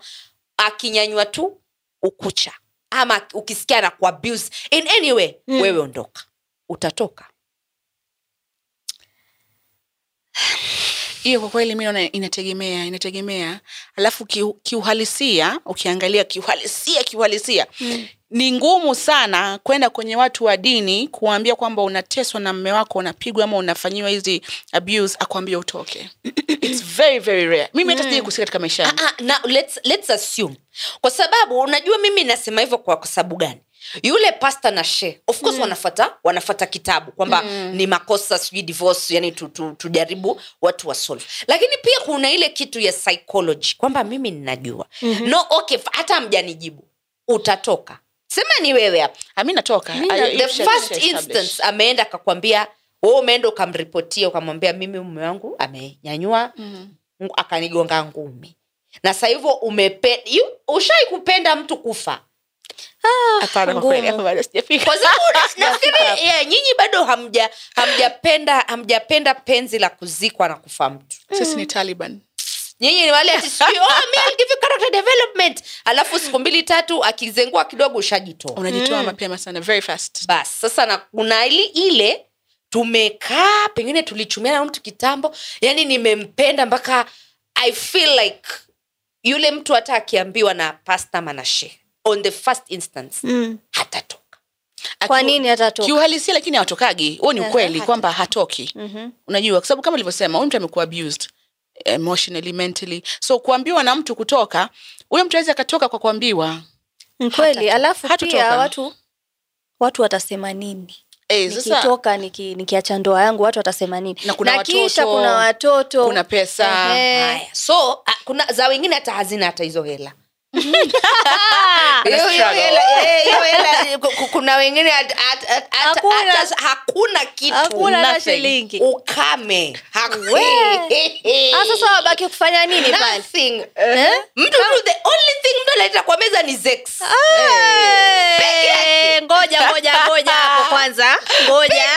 A: akinyanywa tu ukucha ama ukisikia na kuabuse in any way
B: Mm.
A: wewe ondoka utatoka
C: hiyo kwa kweli mi naona inategemea inategemea alafu kiu- kiuhalisia ukiangalia kiuhalisia kiuhalisia
A: Hmm.
C: mm. ni ngumu sana kwenda kwenye watu wa dini kuwaambia kwamba unateswa na mme wako unapigwa ama unafanyiwa hizi abuse akuambia utoke It's very, very rare. mimi hata sijai kuhusika katika maisha yangu.
A: Hmm. Ah, ah, na let's, let's assume kwa sababu unajua mimi nasema hivyo kwa, kwa sababu gani yule pasta na she of course mm. wanafata wanafata kitabu kwamba mm. ni makosa sijui divorce yani tu- tu- tujaribu watu wasolve lakini pia kuna ile kitu ya psychology kwamba mimi ninajua mm-hmm. no okay f- hata mjanijibu utatoka sema ni wewe hapa
C: Ah, mi natoka
B: Mi na-
C: Ah,
A: the
C: you should- you
A: first
C: should establish.
A: instance ameenda akakwambia we umeenda ukamripotia ukamwambia mimi mume wangu amenyanyua ngu- akanigonga ngumi na sa hivyo umepe you- ushai kupenda mtu kufa
C: Hapana, kwa kweli,
B: Ngumu.
C: hapa bado sijafika.
A: kwa sababu na- nafikiri yeah, nyinyi bado hamja hamjapenda hamjapenda penzi la kuzikwa na kufa mtu
C: sisi ni taliban
A: nyinyi ni wale ati sijui, oh, me, I'll give you character development alafu siku mbili tatu akizengua kidogo ushajitoa
C: unajitoa mapema sana very fast
A: basi sasa na kuna ili ile tumekaa pengine tulichumiana na mtu kitambo yani nimempenda mpaka i feel like yule mtu hata akiambiwa na pasta manashe on the first instance
B: mm.
A: hatatoka
B: kwa
C: Akiu-
B: nini hatatoka
C: kiuhalisia lakini hawatokagi huo ni
B: Yeah,
C: ukweli
B: hata-
C: kwamba hatoki
B: Eh, Mhm.
C: unajua kwa sababu kama ilivyosema huyu mtu amekuwa abused emotionally mentally so kuambiwa na mtu kutoka huyo mtu aweza akatoka kwa kuambiwa
B: Ni Mm, kweli alafu
C: hatutoka.
B: pia watu watu watasema nini
C: Eh, sasa
B: nikitoka niki, nikiacha ndoa yangu watu watasema nini
C: Na kuna
B: kisha
C: watoto,
B: kuna watoto
C: kuna pesa
B: Ehe.
A: haya so a, kuna za wengine hata hazina hata hizo hela
B: Ah,
A: Hiyo- hiyo
C: struggle.
A: hela- eh, hiyo hela, ku- ku- kuna wengine hata- hata- hata-
B: Hakuna.
A: hata- hakuna kitu
B: hakuna hata
C: nothing.
B: shilingi
A: ukame
B: We. Ah, sasa wabaki kufanya nini pale
A: Eh? mtu tu the only thing mtu analeta kwa meza ni zex
B: Eh,
A: Peke yake.
B: ngoja ngoja ngoja hapo kwanza ngoja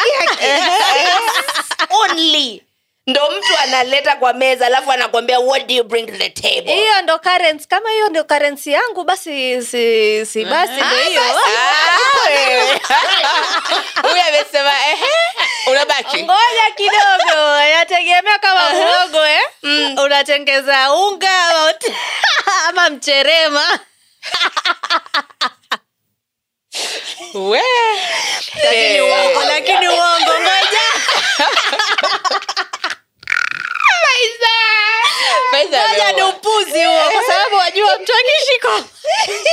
A: only ndo mtu analeta kwa meza alafu anakwambia what do you bring to the table
B: hiyo ndo currency kama hiyo ndo currency yangu basi si, si basi
C: Mm-hmm.
B: ndo
C: Ah,
B: hiyo
C: huyu amesema ehe unabaki
B: ngoja kidogo yategemea kama mhogo eh?
C: Mm.
B: unatengeza unga ama ut- ama mcherema
C: We. Eh,
B: lakini uongo lakini uongo ngoja
C: Faiza
B: ngoja ni
C: ameoa.
B: upuzi huo kwa sababu wajua mtu akishiko
C: Lakini-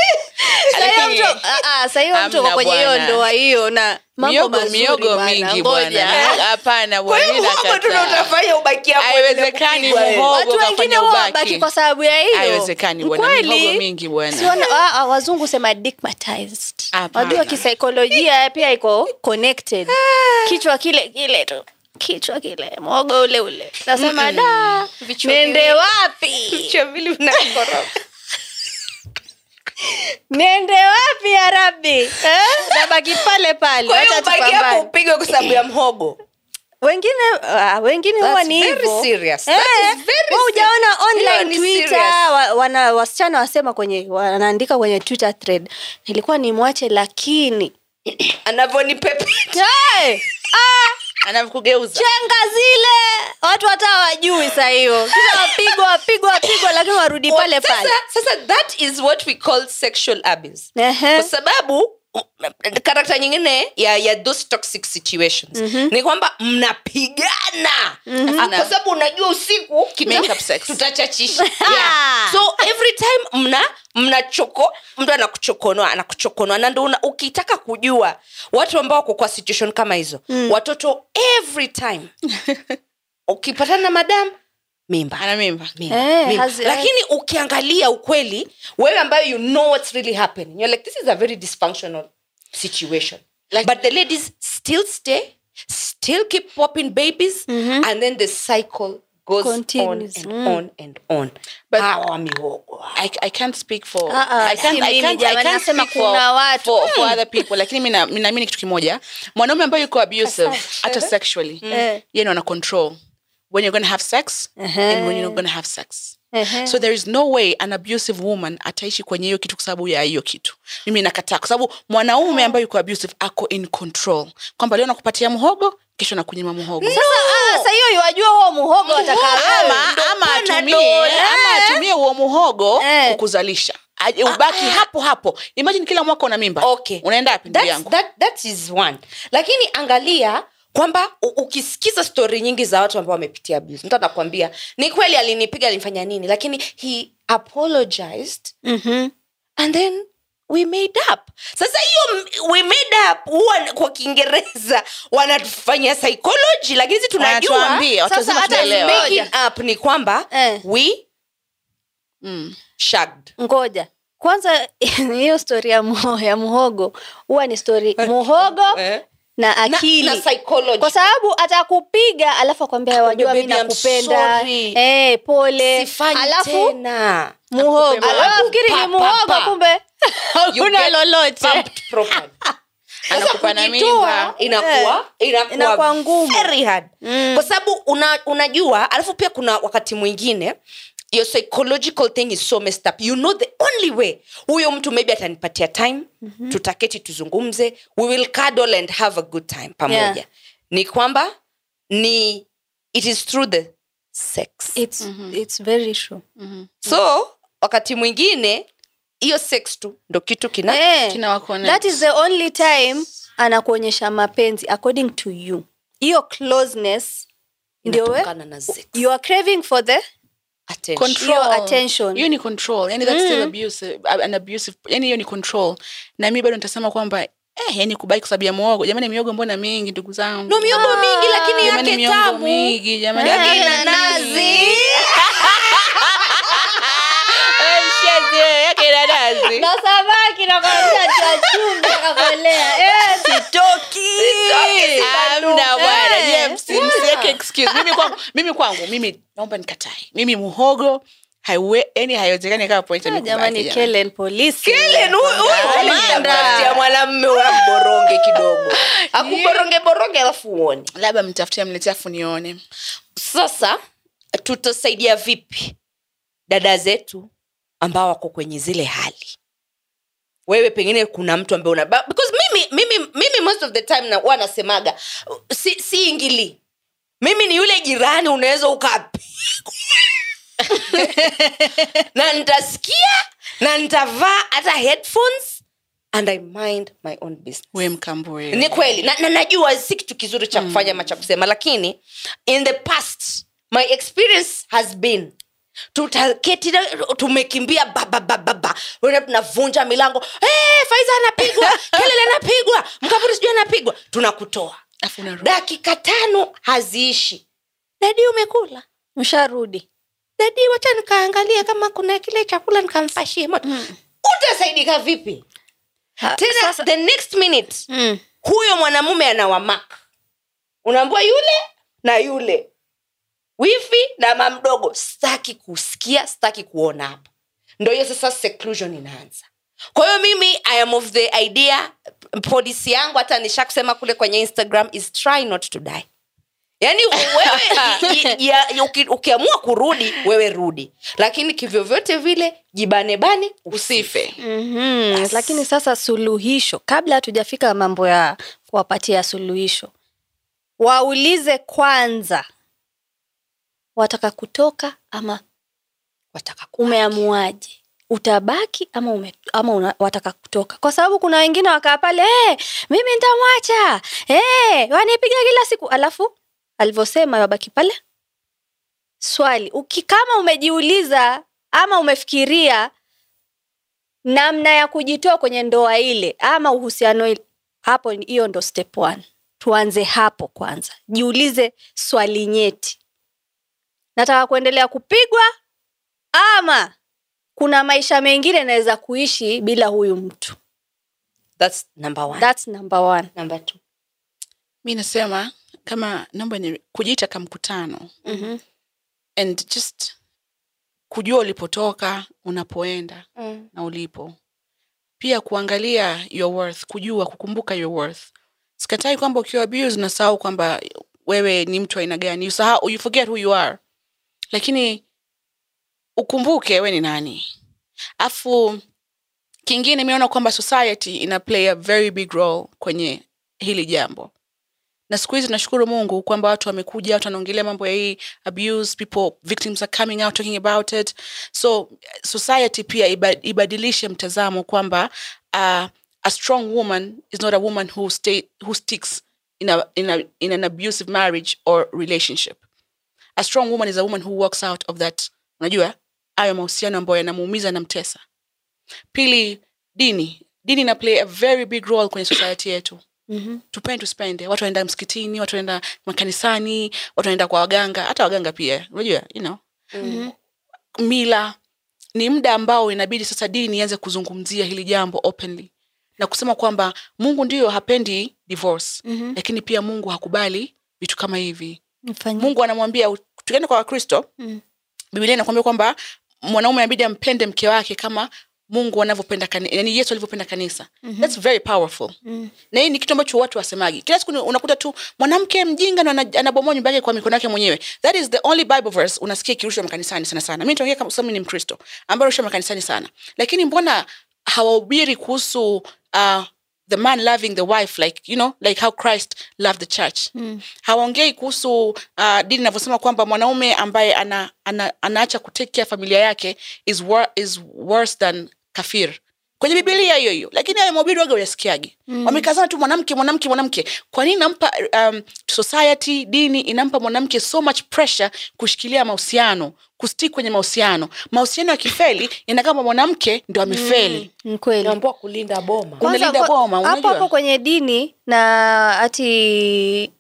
B: sahii mtu uko
C: Hamna
B: kwenye hiyo
C: bwana.
B: ndoa hiyo na mambo
C: miogo
B: mazuri
C: miogo
B: bwana,
C: mingi
B: ngoja.
C: bwana hapana bwana, mi nakataa.
A: tunatafanya ubaki hapo
C: Haiwezekani
A: bila kupigwa, eh.
C: muhogo.
B: watu
C: Mhogo
B: wengine
C: kafanya
B: huwa
C: ubaki.
B: wabaki kwa sababu ya hiyo
C: haiwezekani bwana mihogo
B: Kweli.
C: mingi bwana
B: Sio na- ah, ah, wazungu sema digmatized
C: Hapana.
B: wajua kisaikolojia pia iko connected
C: Ah.
B: kichwa kile kile tu kichwa kile mwogo ule ule nasema da nende wapi
A: Vichwa vinakoroga.
B: nende wapi arabi eh? nabaki pale pale
A: Kwa hiyo
B: wacha
A: ubaki hapo
B: tupambane
A: upigwe kwa sababu ya mhogo
B: wengine ah, wengine huwa
A: That's
B: ni
A: very
B: hivyo.
A: serious.
B: Eh,
A: That is very
B: wewe hujaona
A: serious. Hiyo
B: online
A: ni
B: Twitter
A: serious.
B: wa- wana wasichana wasema kwenye wanaandika kwenye Twitter thread nilikuwa nimwache lakini
A: anavyonipepeta
B: hey! ah!
C: anavyokugeuza
B: chenga zile watu hata hawajui saa hiyo kisha wapigwa wapigwa wapigwa lakini warudi pale
A: Sasa-
B: pale
A: sasa that is what we call sexual abuse
B: Ehe.
A: kwa sababu karakta nyingine ya, ya those toxic situations mm-hmm. ni kwamba mnapigana mm-hmm. kwa sababu unajua usiku kita-
C: Make up sex.
A: tutachachisha yeah. so every time mna mnachoko mtu anakuchokonoa anakuchokonoa na ndo una- ukitaka kujua watu ambao wako kwa situation kama hizo mm. watoto every time ukipatana na madam mimba
C: ana mimba
A: Mimba,
B: Eh,
A: mimba.
B: hazi-
A: lakini ukiangalia ukweli wewe ambayo you know what's really happening you're like this is a very dysfunctional situation like, but the ladies still stay still keep popping babies
C: Mm-hmm.
A: and then the cycle goes
B: Continues.
A: on and on and on
C: Mm. But-
A: Hawa mihogo.
C: I, I can't speak for
B: Ah, ah,
C: I can't,
B: si
C: I
B: mimi
C: can't, I
B: jamani,
C: can't
B: nasema
C: speak for,
B: kuna watu. Hmm.
C: for, for other people lakini mi na- mi naamini kitu kimoja mwanaume ambaye yuko abusive hata sexually
B: Eh.
C: yeye ndo ana control when you're gonna have sex
B: Uh-huh.
C: and when you're not gonna have sex so there is no way an abusive woman ataishi kwenye hiyo kitu kwa sababu ya hiyo kitu mimi nakataa kwa sababu mwanaume
B: Uh-huh.
C: ambaye yuko abusive ako in control kwamba leo nakupatia mhogo kesho nakunyima mhogo
B: Ah, saa hiyo iwajua huo muhogo
C: ama
B: watakaama
C: ama atumie ama atumie huo muhogo
B: Eh.
C: kukuzalisha Aje ubaki hapo hapo imagine kila mwaka una mimba
A: Ah, okay
C: unaenda wapi ndugu
A: That's-
C: yangu
A: that, that is one lakini angalia kwamba u- ukisikiza stori nyingi za watu ambao wamepitia abuse mtu anakwambia ni kweli alinipiga alinifanya nini lakini he apologized
B: Mhm.
A: and then we made up sasa hiyo m- we made up huwa n- kwa kiingereza wanatufanyia psychology lakini si tunajua
C: Wanatuambia, watu
A: sasa
C: wazima
A: hata
C: tunaelewa.
A: making up ni kwamba
B: Eh.
A: we
C: mm.
A: shagged
B: ngoja kwanza hiyo stori ya, muho- ya muhogo huwa ni stori muhogo
A: Eh.
B: na
A: na,
B: akili
A: na psychology
B: kwa sababu atakupiga alafu akwambia wajua mi
A: baby, I'm
B: nakupenda
A: sorry.
B: Eh, pole
A: sifanyi
B: alafu
A: tena
B: muhogo
A: Nakupenda.
B: Alafu nafikiri ni
A: Pa, pa,
B: muhogo
A: pa.
B: kumbe
A: You
B: hakuna
A: get
B: lolote
A: pumped properly. Sasa
C: Anakupa na
A: kujitoa
C: mimba.
A: inakuwa
B: Eh. Inakuwa
A: inakuwa
B: ngumu.
A: very hard.
B: Mm.
A: kwa sababu una, unajua alafu pia kuna wakati mwingine your psychological thing is so messed up you know the only way huyo mtu maybe atanipatia time
B: Mhm.
A: mm-hmm. tutaketi tuzungumze we will cuddle and have a good time pamoja
B: Yeah.
A: ni kwamba ni it is through the sex
B: It's,
A: Mm-hmm.
B: it's very true.
A: so wakati mwingine hiyo sex tu ndo kitu kina
B: Eh,
C: Kina wako
B: that is the only time anakuonyesha mapenzi according to you hiyo closeness ndio we
A: inatokana na sex.
B: you are craving for the
A: Attention. Mm.
C: Control.
B: Your attention.
C: hiyo ni control yani that's still abusive, uh, an abusive yani hiyo ni control na mi bado nitasema kwamba eh, yani kubaki kwa sababu ya mwogo jamani miogo mbona mingi ndugu zangu
A: no miongo mingi lakini
B: Yaani
C: Jamani,
A: yake Yaani
C: miongo
A: tamu Eh,
C: mingi jamani
B: Ah,
A: yake
C: yake
A: ina
B: ina
A: nazi
C: Eh, mshenzi, yake ina nazi
B: na samaki nakwambia chachumba kakolea Eh, sitoki
C: Hamna bwana,
B: Eh.
C: je, msi- msiweke excuse. Mimi kwangu- mimi kwangu mimi naomba nikatae mimi muhogo haiwe- yani haiwezekani kama point Yaani ya
B: Ah,
C: mikubaki,
B: jamani
C: jamani.
B: kelen polisi
A: Kellen, huyu- huyu
B: Kamanda.
A: alimtafutia mwanamume wa boronge kidogo akuboronge boronge alafu uone
C: labda mtafutia mletea afu nione
A: sasa tutasaidia vipi dada zetu ambao wako kwenye zile hali wewe pengine kuna mtu ambaye una ba- because mimi, mimi, mimi most of the time na huwa nasemaga si, si ingili mimi ni yule jirani unaweza ukapi na nitasikia na nitavaa hata headphones and i mind my own business
C: we mkambue
A: ni kweli na, na najua si kitu kizuri
B: Mm.
A: cha kufanya ama cha kusema lakini in the past my experience has been tutaketi na- tumekimbia bababababa wene tunavunja milango hey, faiza anapigwa kelele anapigwa mkaburi sijui anapigwa tunakutoa
C: Afu unarudi.
A: dakika tano haziishi dadi umekula
B: msharudi
A: dadi wacha nikaangalia kama kuna kile chakula nikampashie moto utasaidika vipi
B: Mm. Ha,
A: tena
B: sasa-
A: the next minute
B: Mm.
A: huyo mwanamume anawamak unaambua yule na yule wifi na mamdogo staki kusikia staki kuona hapa ndo hiyo sasa seclusion inaanza kwa hiyo mimi i am of the idea polisi yangu hata nishakusema kule kwenye instagram is try not to die yaani wewe i- i- ya- ya- uki- ukiamua kurudi wewe rudi lakini kivyovyote vile jibanebane
C: usife
B: Mhm. lakini sasa suluhisho kabla hatujafika mambo ya kuwapatia suluhisho waulize kwanza wataka kutoka ama
A: wataka kume
B: umeamuaje utabaki ama, ume, ama una, wataka kutoka kwa sababu kuna wengine wakaa pale hey, mimi ntamwacha hey, wanipiga kila siku alafu alivyosema wabaki pale swali Uki, kama umejiuliza ama umefikiria namna ya kujitoa kwenye ndoa ile ama uhusiano ile hapo ni- hiyo ndo step one tuanze hapo kwanza jiulize swali nyeti nataka kuendelea kupigwa ama kuna maisha mengine naweza kuishi bila huyu mtu
A: that's number one
B: thats number one
A: number two
C: mi nasema kama naomba ni kujiita ka mkutano
B: mm-hmm.
C: and just kujua ulipotoka unapoenda
A: mm.
C: na ulipo pia kuangalia your worth kujua kukumbuka your worth sikatai kwamba ukiwa abused unasahau kwamba wewe ni mtu aina gani you, sahau, you forget who you are lakini ukumbuke wewe ni nani afu kingine imeona kwamba society ina play a very big role kwenye hili jambo na siku hizi nashukuru mungu kwamba watu wamekuja watu wanaongelea mambo ya hii abuse people victims are coming out talking about it so society pia iba- ibadilishe mtazamo kwamba uh, a strong woman is not a woman who, stay, who sticks in, a, in, a, in an abusive marriage or relationship a strong woman is a woman who walks out of that unajua hayo mahusiano ambayo yanamuumiza na mtesa pili dini dini ina play a very big role kwenye society yetu
B: Mm-hmm.
C: tupende tusipende watu wanaenda msikitini watu wanaenda makanisani watu wanaenda kwa waganga hata waganga pia unajua you know
B: Mm-hmm.
C: mila ni muda ambao inabidi sasa dini ianze kuzungumzia hili jambo openly na kusema kwamba mungu ndiyo hapendi divorce
B: Mhm.
C: lakini pia mungu hakubali vitu kama hivi mungu anamwambia tukienda kwa wakristo
B: Mm.
C: bibilia inakwambia kwamba mwanaume abidi ampende mke wake kama mungu anavyopenda kanisa yani yesu alivyopenda kanisa mm-hmm. thats very powerful mm. na hii ni kitu ambacho watu wasemagi kila siku ni- unakuta tu mwanamke mjinga na ana- anabomoa nyumba yake kwa mikono yake mwenyewe that is the only bible verse unasikia ikirushwa makanisani sana sana mi nitaongea kama sababu mi ni mkristo ambaye rushwa makanisani sana lakini mbona hawahubiri kuhusu uh, the man loving the wife like you know like how christ loved the church mm. hawaongei kuhusu uh, dini inavyosema kwamba mwanaume ambaye ana, ana, anaacha kutake care familia yake is, wor is worse than kafir kwenye bibilia hiyo hiyo lakini ayo mahubiri waga uyasikiagi mm. wamekazana tu mwanamke mwanamke mwanamke kwa nini nampa um, society dini inampa mwanamke so much pressure kushikilia mahusiano kustik kwenye mahusiano mahusiano ya kifeli inakama mwanamke ndo amefeli mm.
B: Ni kweli
A: naambua kulinda boma
B: Kwanza
C: Unalinda
B: kwa-
C: boma,
B: hapo
C: unajua?
B: hapo kwenye dini na hati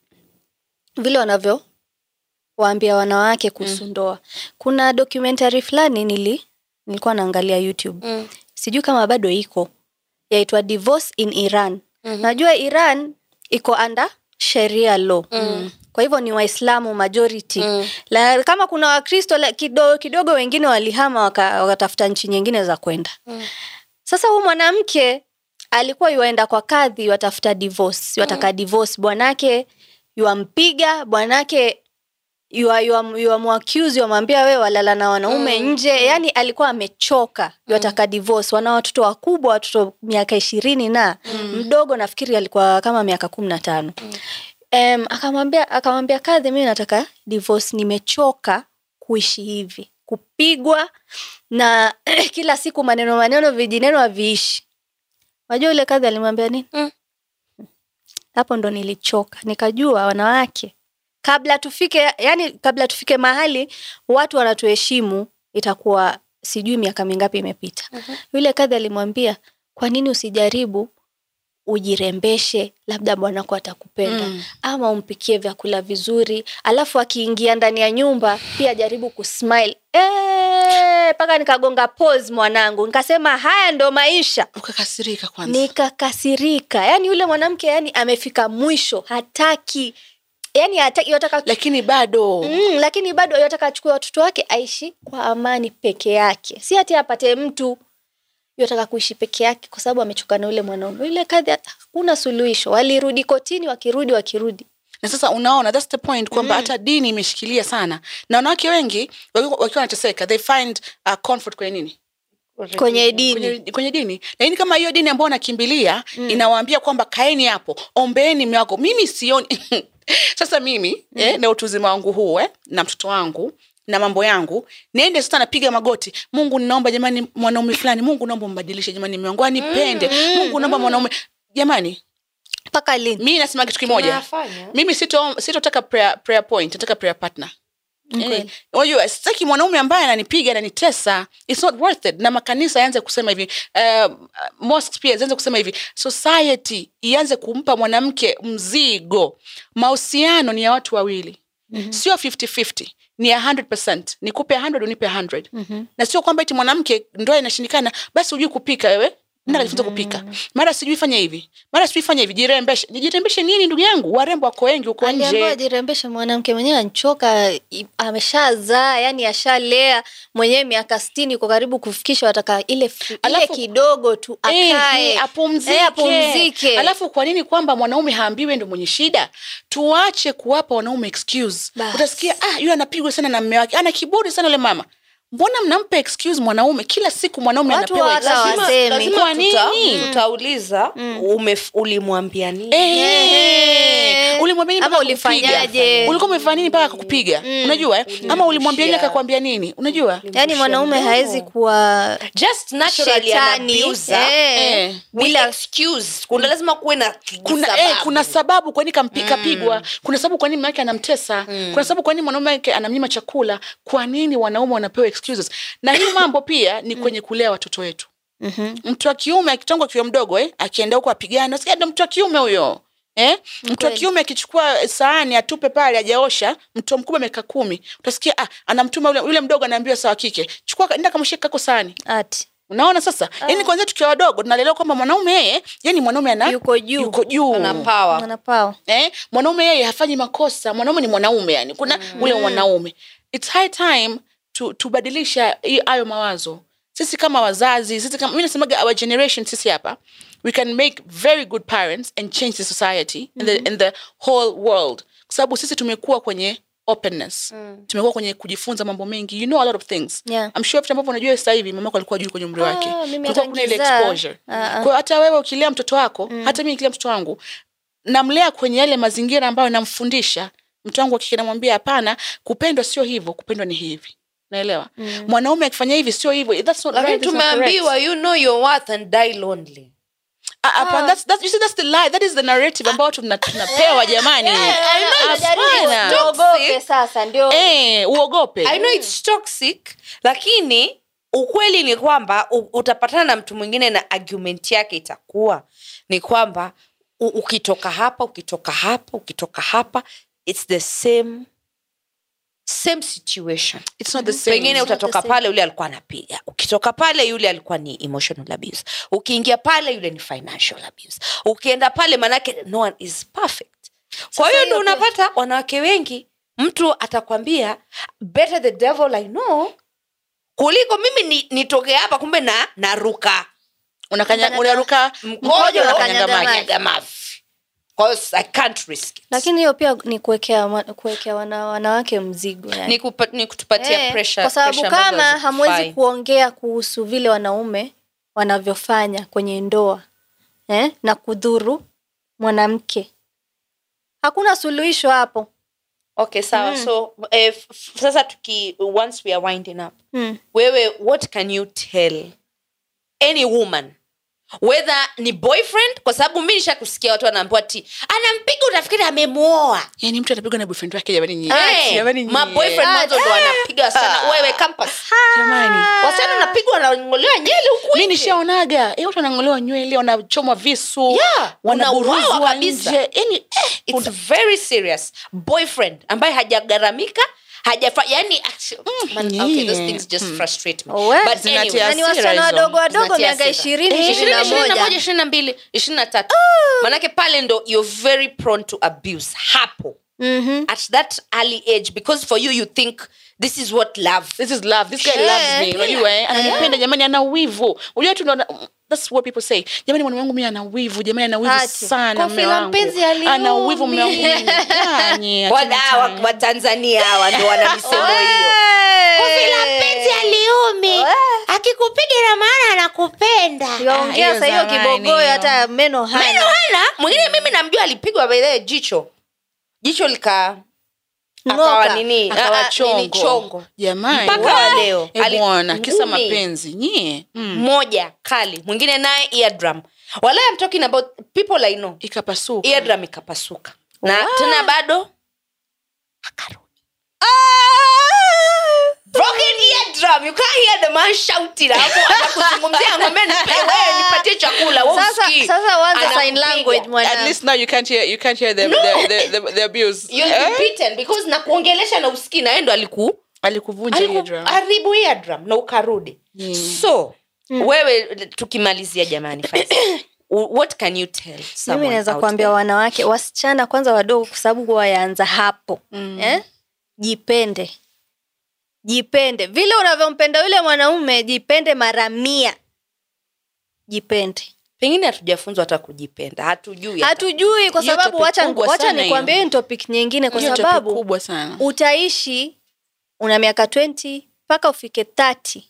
B: vile wanavyo waambia wanawake kuhusu
C: Mm.
B: ndoa kuna documentary fulani nili nilikuwa naangalia youtube
A: Mm.
B: sijui kama bado iko yaitwa divorce in iran
C: Mhm.
B: najua iran iko under sheria law
C: Mm.
B: Mm. kwa hivyo ni waislamu majority la, kama kuna wakristo la- kidogo, kidogo wengine walihama waka- wakatafuta nchi nyingine za kwenda sasa huyu mwanamke alikuwa yuaenda kwa kadhi watafuta divorce wataka divorce bwanake yuampiga bwanake yua- yua- yuamwaccuse wamwambia wewe walala na wanaume nje yani alikuwa amechoka yuataka divorce wana watoto wakubwa watoto miaka ishirini na mdogo nafikiri alikuwa kama miaka kumi na tano Em, akamwambia akamwambia kadhi mimi nataka divorce nimechoka kuishi hivi kupigwa na kila siku maneno maneno vijineno haviishi unajua yule kadhi alimwambia nini
A: Mm.
B: hapo ndo nilichoka nikajua wanawake kabla tufike yani kabla tufike mahali watu wanatuheshimu itakuwa sijui miaka mingapi imepita yule kadhi alimwambia kwa nini usijaribu ujirembeshe labda bwanako atakupenda
C: Mm.
B: ama umpikie vyakula vizuri alafu akiingia ndani ya nyumba pia jaribu kusmile Eh, mpaka nikagonga pause mwanangu nikasema haya ndo maisha
C: ukakasirika kwanza
B: nikakasirika yani yule mwanamke yani amefika mwisho hataki yani hataki yataka
C: lakini bado
B: Mm, lakini bado yataka achukue watoto wake aishi kwa amani peke yake si hati apate mtu yataka kuishi peke yake kwa sababu amechoka na yule mwanaume yule kadhi hakuna suluhisho walirudi kotini wakirudi wakirudi
C: na sasa unaona thats the point kwamba hata dini imeshikilia sana na wanawake wengi waki- wakiwa wanateseka they find uh, comfort kwenye nini
B: kwenye dini
C: kwenye, kwenye dini lakini kama hiyo dini ambayo wanakimbilia mm. inawaambia kwamba kaeni hapo ombeeni mume wako mimi sioni sasa mimi mm. eh, na utuzima wangu huu eh, na mtoto wangu na mambo yangu niende sasa napiga magoti mungu ninaomba jamani mwanaume fulani mungu naomba umbadilishe jamani mume wangu anipende mungu naomba mwanaume jamani
B: mpaka lini
C: mi nasema kitu kimoja
A: Tunafanya.
C: mimi sito- sitotaka prayer, prayer point nataka prayer partner Eh, unajua sitaki mwanaume ambaye ananipiga ananitesa its not worth it na makanisa yaanze kusema hivi uh, mosques pia zianze kusema hivi society ianze kumpa mwanamke mzigo mahusiano ni ya watu wawili mm-hmm. sio 50-50 ni ya 100 nikupe 100 unipe 100 mm-hmm. na sio kwamba eti mwanamke ndoa inashindikana basi hujui kupika wewe nenda kajifunza kupika mara sijui fanya hivi mara sijui fanya hivi jirembeshe jirembeshe nini ndugu yangu warembo wako wengi huko
B: aliambiwa
C: nje
B: ajirembeshe mwanamke mwenyewe anchoka i- ameshazaa yani ashalea mwenyewe miaka stini uko karibu kufikisha wataka ile, f- ile
C: Alafu-
B: kidogo tu
C: Eh,
B: akae
C: eh, apumzike.
B: Eh, apumzike.
C: alafu kwa nini kwamba mwanaume haambiwe ndo mwenye shida tuache kuwapa wanaume excuse
B: Bas.
C: utasikia ah yule anapigwa sana na mme wake ana kiburi sana yule mama mbona mnampa excuse mwanaume kila siku mwanaume
B: Watu
C: anapewa
B: hawata-
C: excuse.
A: Lazima-
B: wasemi.
A: lazima Mm.
C: Kwa
A: tuta-
C: nini?
A: tutauliza umef- ulimwambia nini
C: Eh, ulimwambia nini
B: Ama
C: mpaka akakupiga?
B: ulifanyaje? Mm.
C: ulikuwa umefanya nini mpaka akakupiga unajua eh? ama ulimwambia nini akakwambia nini unajua
B: yani Yaani mwanaume hawezi kuwa
A: just naturally
B: shetani
A: anabiuza
B: eh,
C: Eh.
A: bila excuse kuna lazima kuwe na
C: kuna eh,
A: sababu.
C: kuna sababu kwa nini kampi- kapigwa kuna sababu kwa nini mwanamke anamtesa kuna sababu kwa nini mwanaume wake anamnyima chakula kwa nini wanaume wanapewa excuses na hii mambo pia ni kwenye kulea watoto wetu mtu wa kiume akitangwa akiwa mdogo eh, akienda huko apigane nasikia ndo mtu wa kiume huyo Eh? mtu wa
B: Kweli.
C: kiume akichukua eh, sahani atupe pale ajaosha mtu wa mkubwa ameweka kumi utasikia ah, anamtuma yule, yule mdogo anaambiwa sawa kike chukua nenda kamshika kako sahani
B: ati
C: unaona sasa
B: Ah.
C: yani kwanzia tukiwa wadogo tunalelewa kwamba mwanaume yeye yani mwanaume ana
B: Yuko juu.
C: yuko juu
A: Ana power.
B: mwanapao
C: eh, mwanaume yeye hafanyi makosa mwanaume ni mwanaume yani kuna mm. ule mwanaume its high time tu, tubadilisha hii- hayo mawazo sisi kama wazazi sisi kama mi nasemaga our generation sisi hapa we can make very good parents and change the society and,
B: Mm-hmm.
C: the, and the whole world kwa sababu sisi tumekuwa kwenye openness mm. tumekuwa kwenye kujifunza mambo mengi you know a lot of things
B: Yeah.
C: I'm sure vitu ambavyo unajua sasa hivi mamako alikuwa juu kwenye umri wake
B: Ah, mimi
C: kulikuwa kuna ile
B: hata
C: exposure
B: nikizaa. Ah, Mm. ah.
C: kwa hiyo hata wewe ukilea mtoto wako hata mi nikilea mtoto wangu namlea kwenye yale mazingira ambayo namfundisha mtoto wangu akike namwambia hapana kupendwa sio hivyo kupendwa ni hivi naelewa mm. mwanaume akifanya hivi sio hivyo that's not
A: lakini
C: right, that's not correct.
A: tumeambiwa you know your worth and die lonely
C: Ah, hapana, that's- that's- you see, that's the lie that is the narrative ambayo tuna- tunapewa
A: Eh,
C: jamani Hapana.
A: it's
B: Usiogope sasa ndio
C: Eh, uogope
A: I know it's toxic lakini ukweli ni kwamba u- utapatana na mtu mwingine na argument yake itakuwa ni kwamba u- ukitoka hapa ukitoka hapa ukitoka hapa it's the same same situation
C: It's not the same.
A: Mm, pengine
B: It's not
A: utatoka
B: the same.
A: pale yule alikuwa anapiga ukitoka pale yule alikuwa ni emotional abuse ukiingia pale yule ni financial abuse ukienda pale manake no one is perfect kwa hiyo ndo
B: hiyo pia-
A: unapata wanawake wengi mtu atakwambia better the devil i know kuliko mimi ni- nitoke hapa kumbe na naruka
C: Unakanya- unaruka
A: mkojo
B: na
A: na
B: kanyagamavi.
A: kanyagamavi. Kwa hiyo i can't risk it
B: lakini hiyo pia ni kuwekea wa- kuwekea wana, wanawake mzigo yani.
A: ni, kupa, ni kutupatia
B: Eh,
A: pressure
B: kwa sababu
A: pressure ambazo
B: kama hamwezi
A: hazikufai.
B: kuongea kuhusu vile wanaume wanavyofanya kwenye ndoa eh, na kudhuru mwanamke hakuna suluhisho hapo
A: okay sawa
B: Mm.
A: so eh, f- f- sasa tuki once we are winding up
B: mm.
A: wewe what can you tell any woman whether ni boyfriend kwa sababu mi nishakusikia watu wanaambiwa ti anampiga utafikiri amemuoa
C: yani "Eh, mtu anapigwa na boyfriend wake jamani nyie.
A: Eh,
C: Jamani nyie.
A: maboyfriend mwanzo ndo wanapiga sana wewe campus
C: Jamani.
A: wasichana wanapigwa wanangolewa nyele huku
C: mi
A: nje.
C: nishaonaga eh, watu wanang'olewa nywele wanachomwa visu
A: Yeah, unauawa
C: wanaburuzwa
A: kabisa.
C: nje yani eh,
A: It's very serious boyfriend ambaye hajagaramika hajafa yani actu- man, okay, those
C: Mm, yeah. Mm. Oh,
A: things just frustrate me
B: Owe.
A: but
C: Zinatia
A: anyway,
B: Na ni wasichana
C: hasira hizo. Eh,
B: wadogo wadogo
A: Zinatia
B: miaka
A: hasira.
B: ishirini
A: ishirini,
B: ishirini
A: Eh, ishirini
B: na
A: na moja
B: moja
A: ishirini na mbili ishirini na tatu
C: Oh.
A: manake pale ndo you're very prone to abuse hapo
C: Mm-hmm.
B: Mhm.
A: at that early age because for you you think this is what love
C: this is love this guy loves me unajua eh, ananipenda jamani ana wivu unajua tu ndo that's what people say jamani mwanaume wangu mimi ana wivu jamani ana wivu
B: Ati.
C: sana
B: Kofi
C: mume
B: la
C: wangu.
B: mpenzi
C: ana
B: aliumi.
C: wivu mume wangu Yaani, mimi. Yani, achana
A: Wada- wa-
C: naye.
A: watanzania hawa ndo wana misemo hiyo
B: Hey.
A: aliumi
B: Eh.
A: akikupiga na maana anakupenda
C: Ah,
B: Yaongea
C: hiyo
B: sasa hiyo
C: zamani
B: kibogoyo
C: hiyo.
B: hata meno
A: meno
B: hana
A: hana mwingine mimi namjua alipigwa baidhae jicho jicho lika akawa
B: Ng'oka.
A: nini
C: Akawa
A: Aa,
B: ah,
A: nini, chongo
C: jamani
A: mpaka wa leo
C: Eh,
A: Ali-
C: bwana kisa
A: ngumi.
C: mapenzi nyie mm.
A: Hmm. moja kali mwingine naye eardrum wala I'm talking about people I know
C: ikapasuka
A: eardrum ikapasuka na tena bado akarudi
B: Ah!
A: broken eardrum you can't hear the man shouting hapo anakuzungumzia ngombe nipe wewe nipatie chakula wewe
B: Sasa-
A: usikii
B: sasa uanze sign
A: Anakupiga.
B: language
C: at
B: mwana
C: least now you can't hear you can't hear the,
A: No.
C: the, the, the, the abuse Eh?
A: You'll be beaten because nakuongelesha na usikii na yeye ndo aliku
C: alikuvunja hiyo drum.
A: alikuharibu eardrum na ukarudi
C: Yeah.
A: so wewe tukimalizia jamani Faiza, what can you tell
B: mimi
A: someone
B: naweza
A: out
B: kuambia
A: there?
B: wanawake wasichana kwanza wadogo kwa sababu wayaanza hapo mm. eh? jipende jipende vile unavyompenda yule mwanaume jipende mara mia jipende
A: pengine hatujafunzwa hata kujipenda hatujui hata.
B: hatujui kwa
C: Hiyo
B: sababu
C: topic
B: wacha
C: kubwa
B: wacha
C: sana
B: nikwambie
C: hiyo.
B: hii ni topic nyingine kwa
C: Hiyo topic
B: sababu
C: kubwa sana
B: utaishi una miaka 20 mpaka ufike 30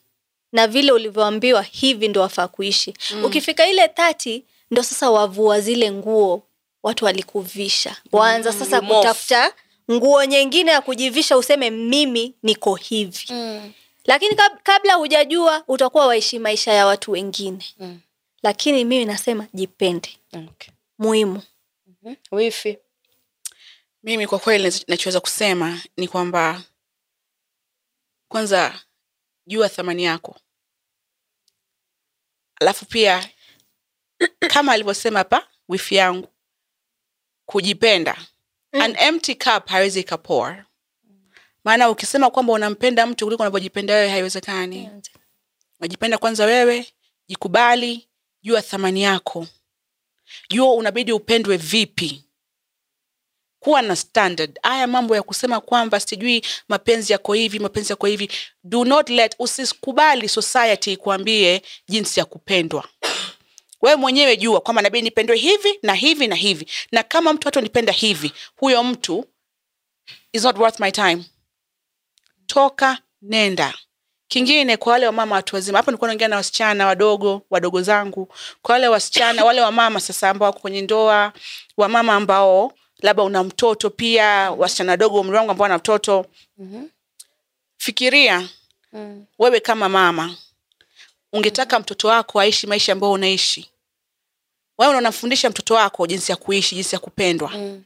B: na vile ulivyoambiwa hivi ndo wafaa kuishi mm. ukifika ile 30 ndo sasa wavua zile nguo watu walikuvisha waanza
C: Mm,
B: sasa
A: you morph.
B: kutafuta nguo nyingine ya kujivisha useme mimi niko hivi mm. lakini kab- kabla hujajua utakuwa waishi maisha ya watu wengine
A: Mm.
B: lakini mimi nasema jipende
A: Okay.
B: muhimu
A: Wifi.
C: mimi kwa kweli nacho- nachoweza kusema ni kwamba kwanza jua thamani yako alafu pia kama alivyosema hapa wifi yangu kujipenda mm. an empty cup haiwezi ikapoa maana ukisema kwamba unampenda mtu kuliko unavyojipenda wewe haiwezekani yeah. najipenda kwanza wewe jikubali jua thamani yako jua unabidi upendwe vipi kuwa na standard haya mambo ya kusema kwamba sijui mapenzi yako hivi mapenzi yako hivi do not let usikubali society ikuambie jinsi ya kupendwa wewe mwenyewe jua kwamba nabidi nipendwe hivi na hivi na hivi na kama mtu hatonipenda hivi huyo mtu is not worth my time toka nenda kingine kwa wale wamama watu wazima hapo nilikuwa naongea na wasichana wadogo wadogo zangu kwa wale wasichana wale wamama sasa ambao wako kwenye ndoa wamama ambao labda una mtoto pia wasichana wadogo wa umri wangu ambao wana mtoto mm-hmm. fikiria mm. wewe kama mama ungetaka mtoto wako aishi maisha ambayo unaishi wewe ndio unamfundisha mtoto wako jinsi ya kuishi jinsi ya kupendwa
A: Mm.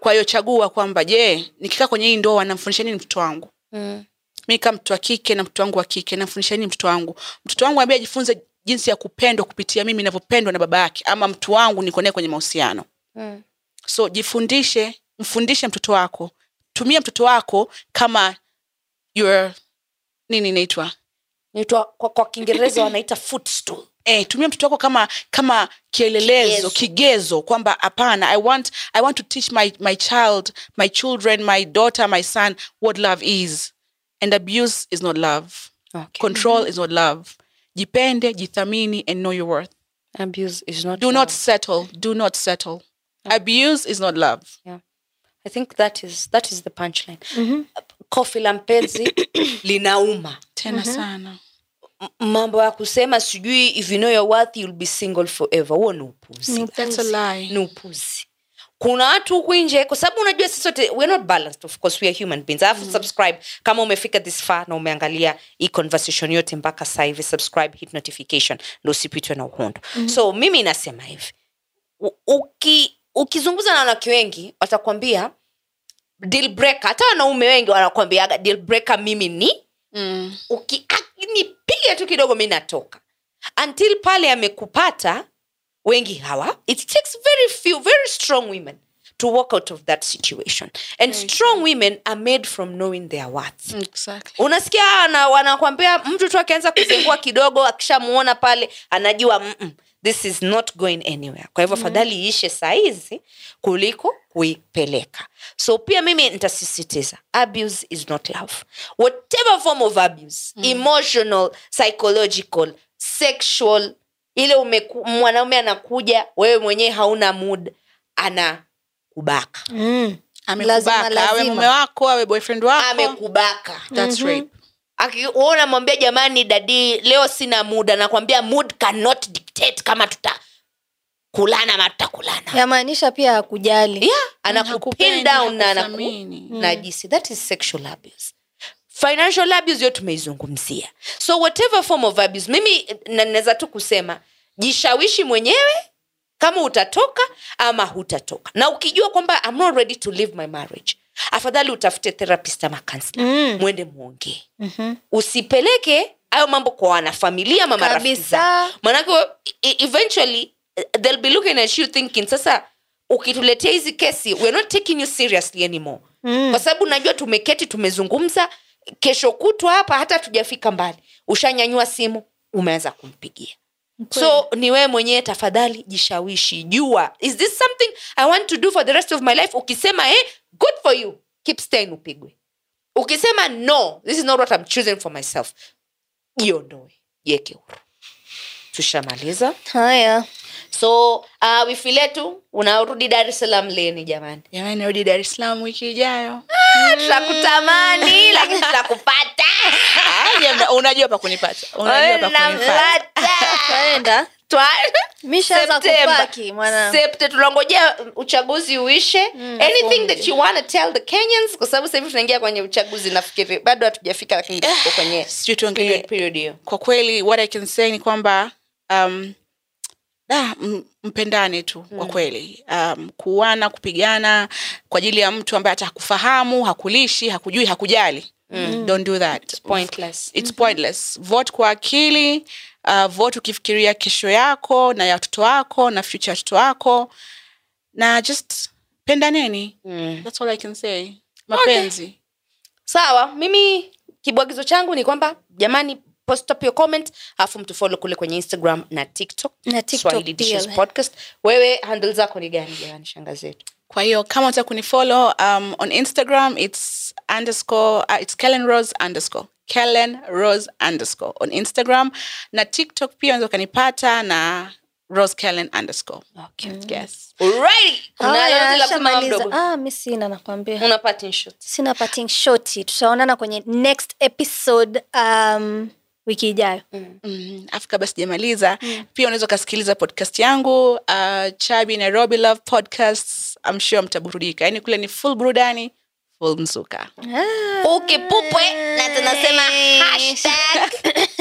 C: kwa hiyo chagua kwamba je nikikaa kwenye hii ndoa namfundisha nini mtoto wangu
A: Mm.
C: mi kama mtoto wa kike na mtoto wangu wa kike namfundisha nini mtoto wangu mtoto wangu ambaye ajifunze jinsi ya kupendwa kupitia mimi navyopendwa na baba yake ama mtu wangu niko naye kwenye mahusiano
A: Mm.
C: so jifundishe mfundishe mtoto wako tumia mtoto wako kama your nini inaitwa
A: Naitwa- kwa, kwa kiingereza wanaita footstool
C: eh, tumia mtoto wako kama kama
A: Kigezo.
C: kielelezo kigezo kwamba hapana i want i want to teach my, my child my children my daughter my son what love is and abuse is not love
A: okay.
C: control is not love jipende jithamini and know your worth
A: abuse is not
C: do not settle do not settle abuse is not love
A: yeah. i think that is, that is the punchline kofi la mpenzi linauma
C: tena sana
A: M- mambo ya kusema sijui if you know your worth you'll be single forever huo ni upuzi
C: that's a lie
A: ni upuzi kuna watu huku nje kwa sababu unajua sisi sote we're not balanced of course we are human beings alafu subscribe kama umefika this far na umeangalia hii conversation yote mpaka saa hivi subscribe hit notification ndo usipitwe na uhondo so mimi nasema hivi U- uki ukizungumza na wanawake wengi watakwambia deal breaker hata wanaume wengi wanakwambiaga deal breaker mimi ni
C: mm.
A: nipiga tu kidogo mi natoka until pale amekupata wengi hawa it takes very few very strong women to walk out of that situation and strong women are made from knowing their worth
C: exactly
A: unasikia hawa wana- wanakwambia mtu tu akianza kuzingua kidogo akishamuona pale anajua "Mm-mm, this is not going anywhere kwa hivyo afadhali iishe saizi kuliko kuipeleka so pia mimi nitasisitiza abuse is not love whatever form of abuse emotional psychological sexual ile umeku, mwanaume anakuja wewe mwenyewe hauna mood anakubaka
B: mm. Lazima,
C: amekubaka awe
B: lazima.
C: mume wako awe boyfriend wako Mm-hmm.
A: amekubaka
C: that's rape
A: akiona mwambia jamani dadi leo sina muda nakwambia mood cannot dictate kama tutakulana ama tutakulana
B: yamaanisha pia hakujali
A: yeah, anakupin
C: Hakupendi,
A: down na
C: hakuthamini.
A: anakunajisi that is sexual abuse financial abuse hiyo tumeizungumzia so whatever form of abuse mimi na- naweza tu kusema jishawishi mwenyewe kama utatoka ama hutatoka na ukijua kwamba I'm not ready to leave my marriage afadhali utafute therapist ama counselor
B: Mm.
A: mwende mwongee
B: Mhm.
A: usipeleke hayo mambo kwa wanafamilia ama marafiki
B: Kabisa.
A: zako. manake e- e- eventually eh, they'll be looking at you thinking sasa ukituletea hizi kesi we're not taking you seriously anymore
B: Mm.
A: kwa sababu najua tumeketi tumezungumza kesho kutwa hapa hata tujafika mbali ushanyanyua simu umeanza kumpigia so ni wewe mwenyewe tafadhali jishawishi jua is this something i want to do for the rest of my life ukisema eh, good for you keep staying upigwe ukisema no this is not what I'm choosing for myself jiondoe jiweke huru tushamaliza
B: haya
A: so uh, wifi letu unaorudi dar es salaam leni jamani
C: jamani narudi dar es salaam wiki ijayo
A: tutakutamani lakini tutakupata
C: Ah, jamani, unajua pa kunipata unajua pa kunipata
A: Unampata.
B: twaenda
A: Twa-
B: mishaanza
A: September.
B: kupaki mwana Mm.
A: Septe- tunangojea uchaguzi uishe anything that you wanna tell the kenyans kwa sababu sahivi tunaingia kwenye uchaguzi nafikiri bado hatujafika lakini
B: Eh,
A: tuko kwenye
C: sijui tuongelee
A: period period hiyo
C: kwa kweli what i can say ni kwamba um, da, m- mpendane tu kwa kweli um, kuana kupigana kwa ajili ya mtu ambaye hata hakufahamu hakulishi hakujui hakujali mm. don't do that
A: pointless
C: it's Mm-hmm. pointless vote kwa akili uh, vote ukifikiria kesho yako na ya watoto wako na future ya watoto wako na just pendaneni
A: Mm.
C: that's all i can say mapenzi
A: sawa mimi kibwagizo changu ni kwamba jamani post up your comment alafu mtufollow kule kwenye instagram na tiktok
B: Na TikTok
A: Swahili
B: pia, eh.
A: Dishes
B: we.
A: podcast wewe handle zako ni gani jamani shanga zetu
C: kwa hiyo kama uta kunifollow um, on instagram its underscore uh, its kellen rose underscore kellen rose underscore on instagram na tiktok pia unaweza ukanipata na rose kellen underscore
A: okay.
C: yes
A: Alright. Una lolote la kusema mama mdogo?
B: Ah, mi sina nakwambia
A: Una parting shot.
B: sina parting shoti tutaonana kwenye next episode um, wiki ijayo
C: mm, afika basi jamaliza pia unaweza ukasikiliza podcast yangu uh, chabi nairobi love podcasts I'm sure mtaburudika yaani kule ni full burudani full mzuka
A: Oh, eh. ukipupwe na tunasema hashtag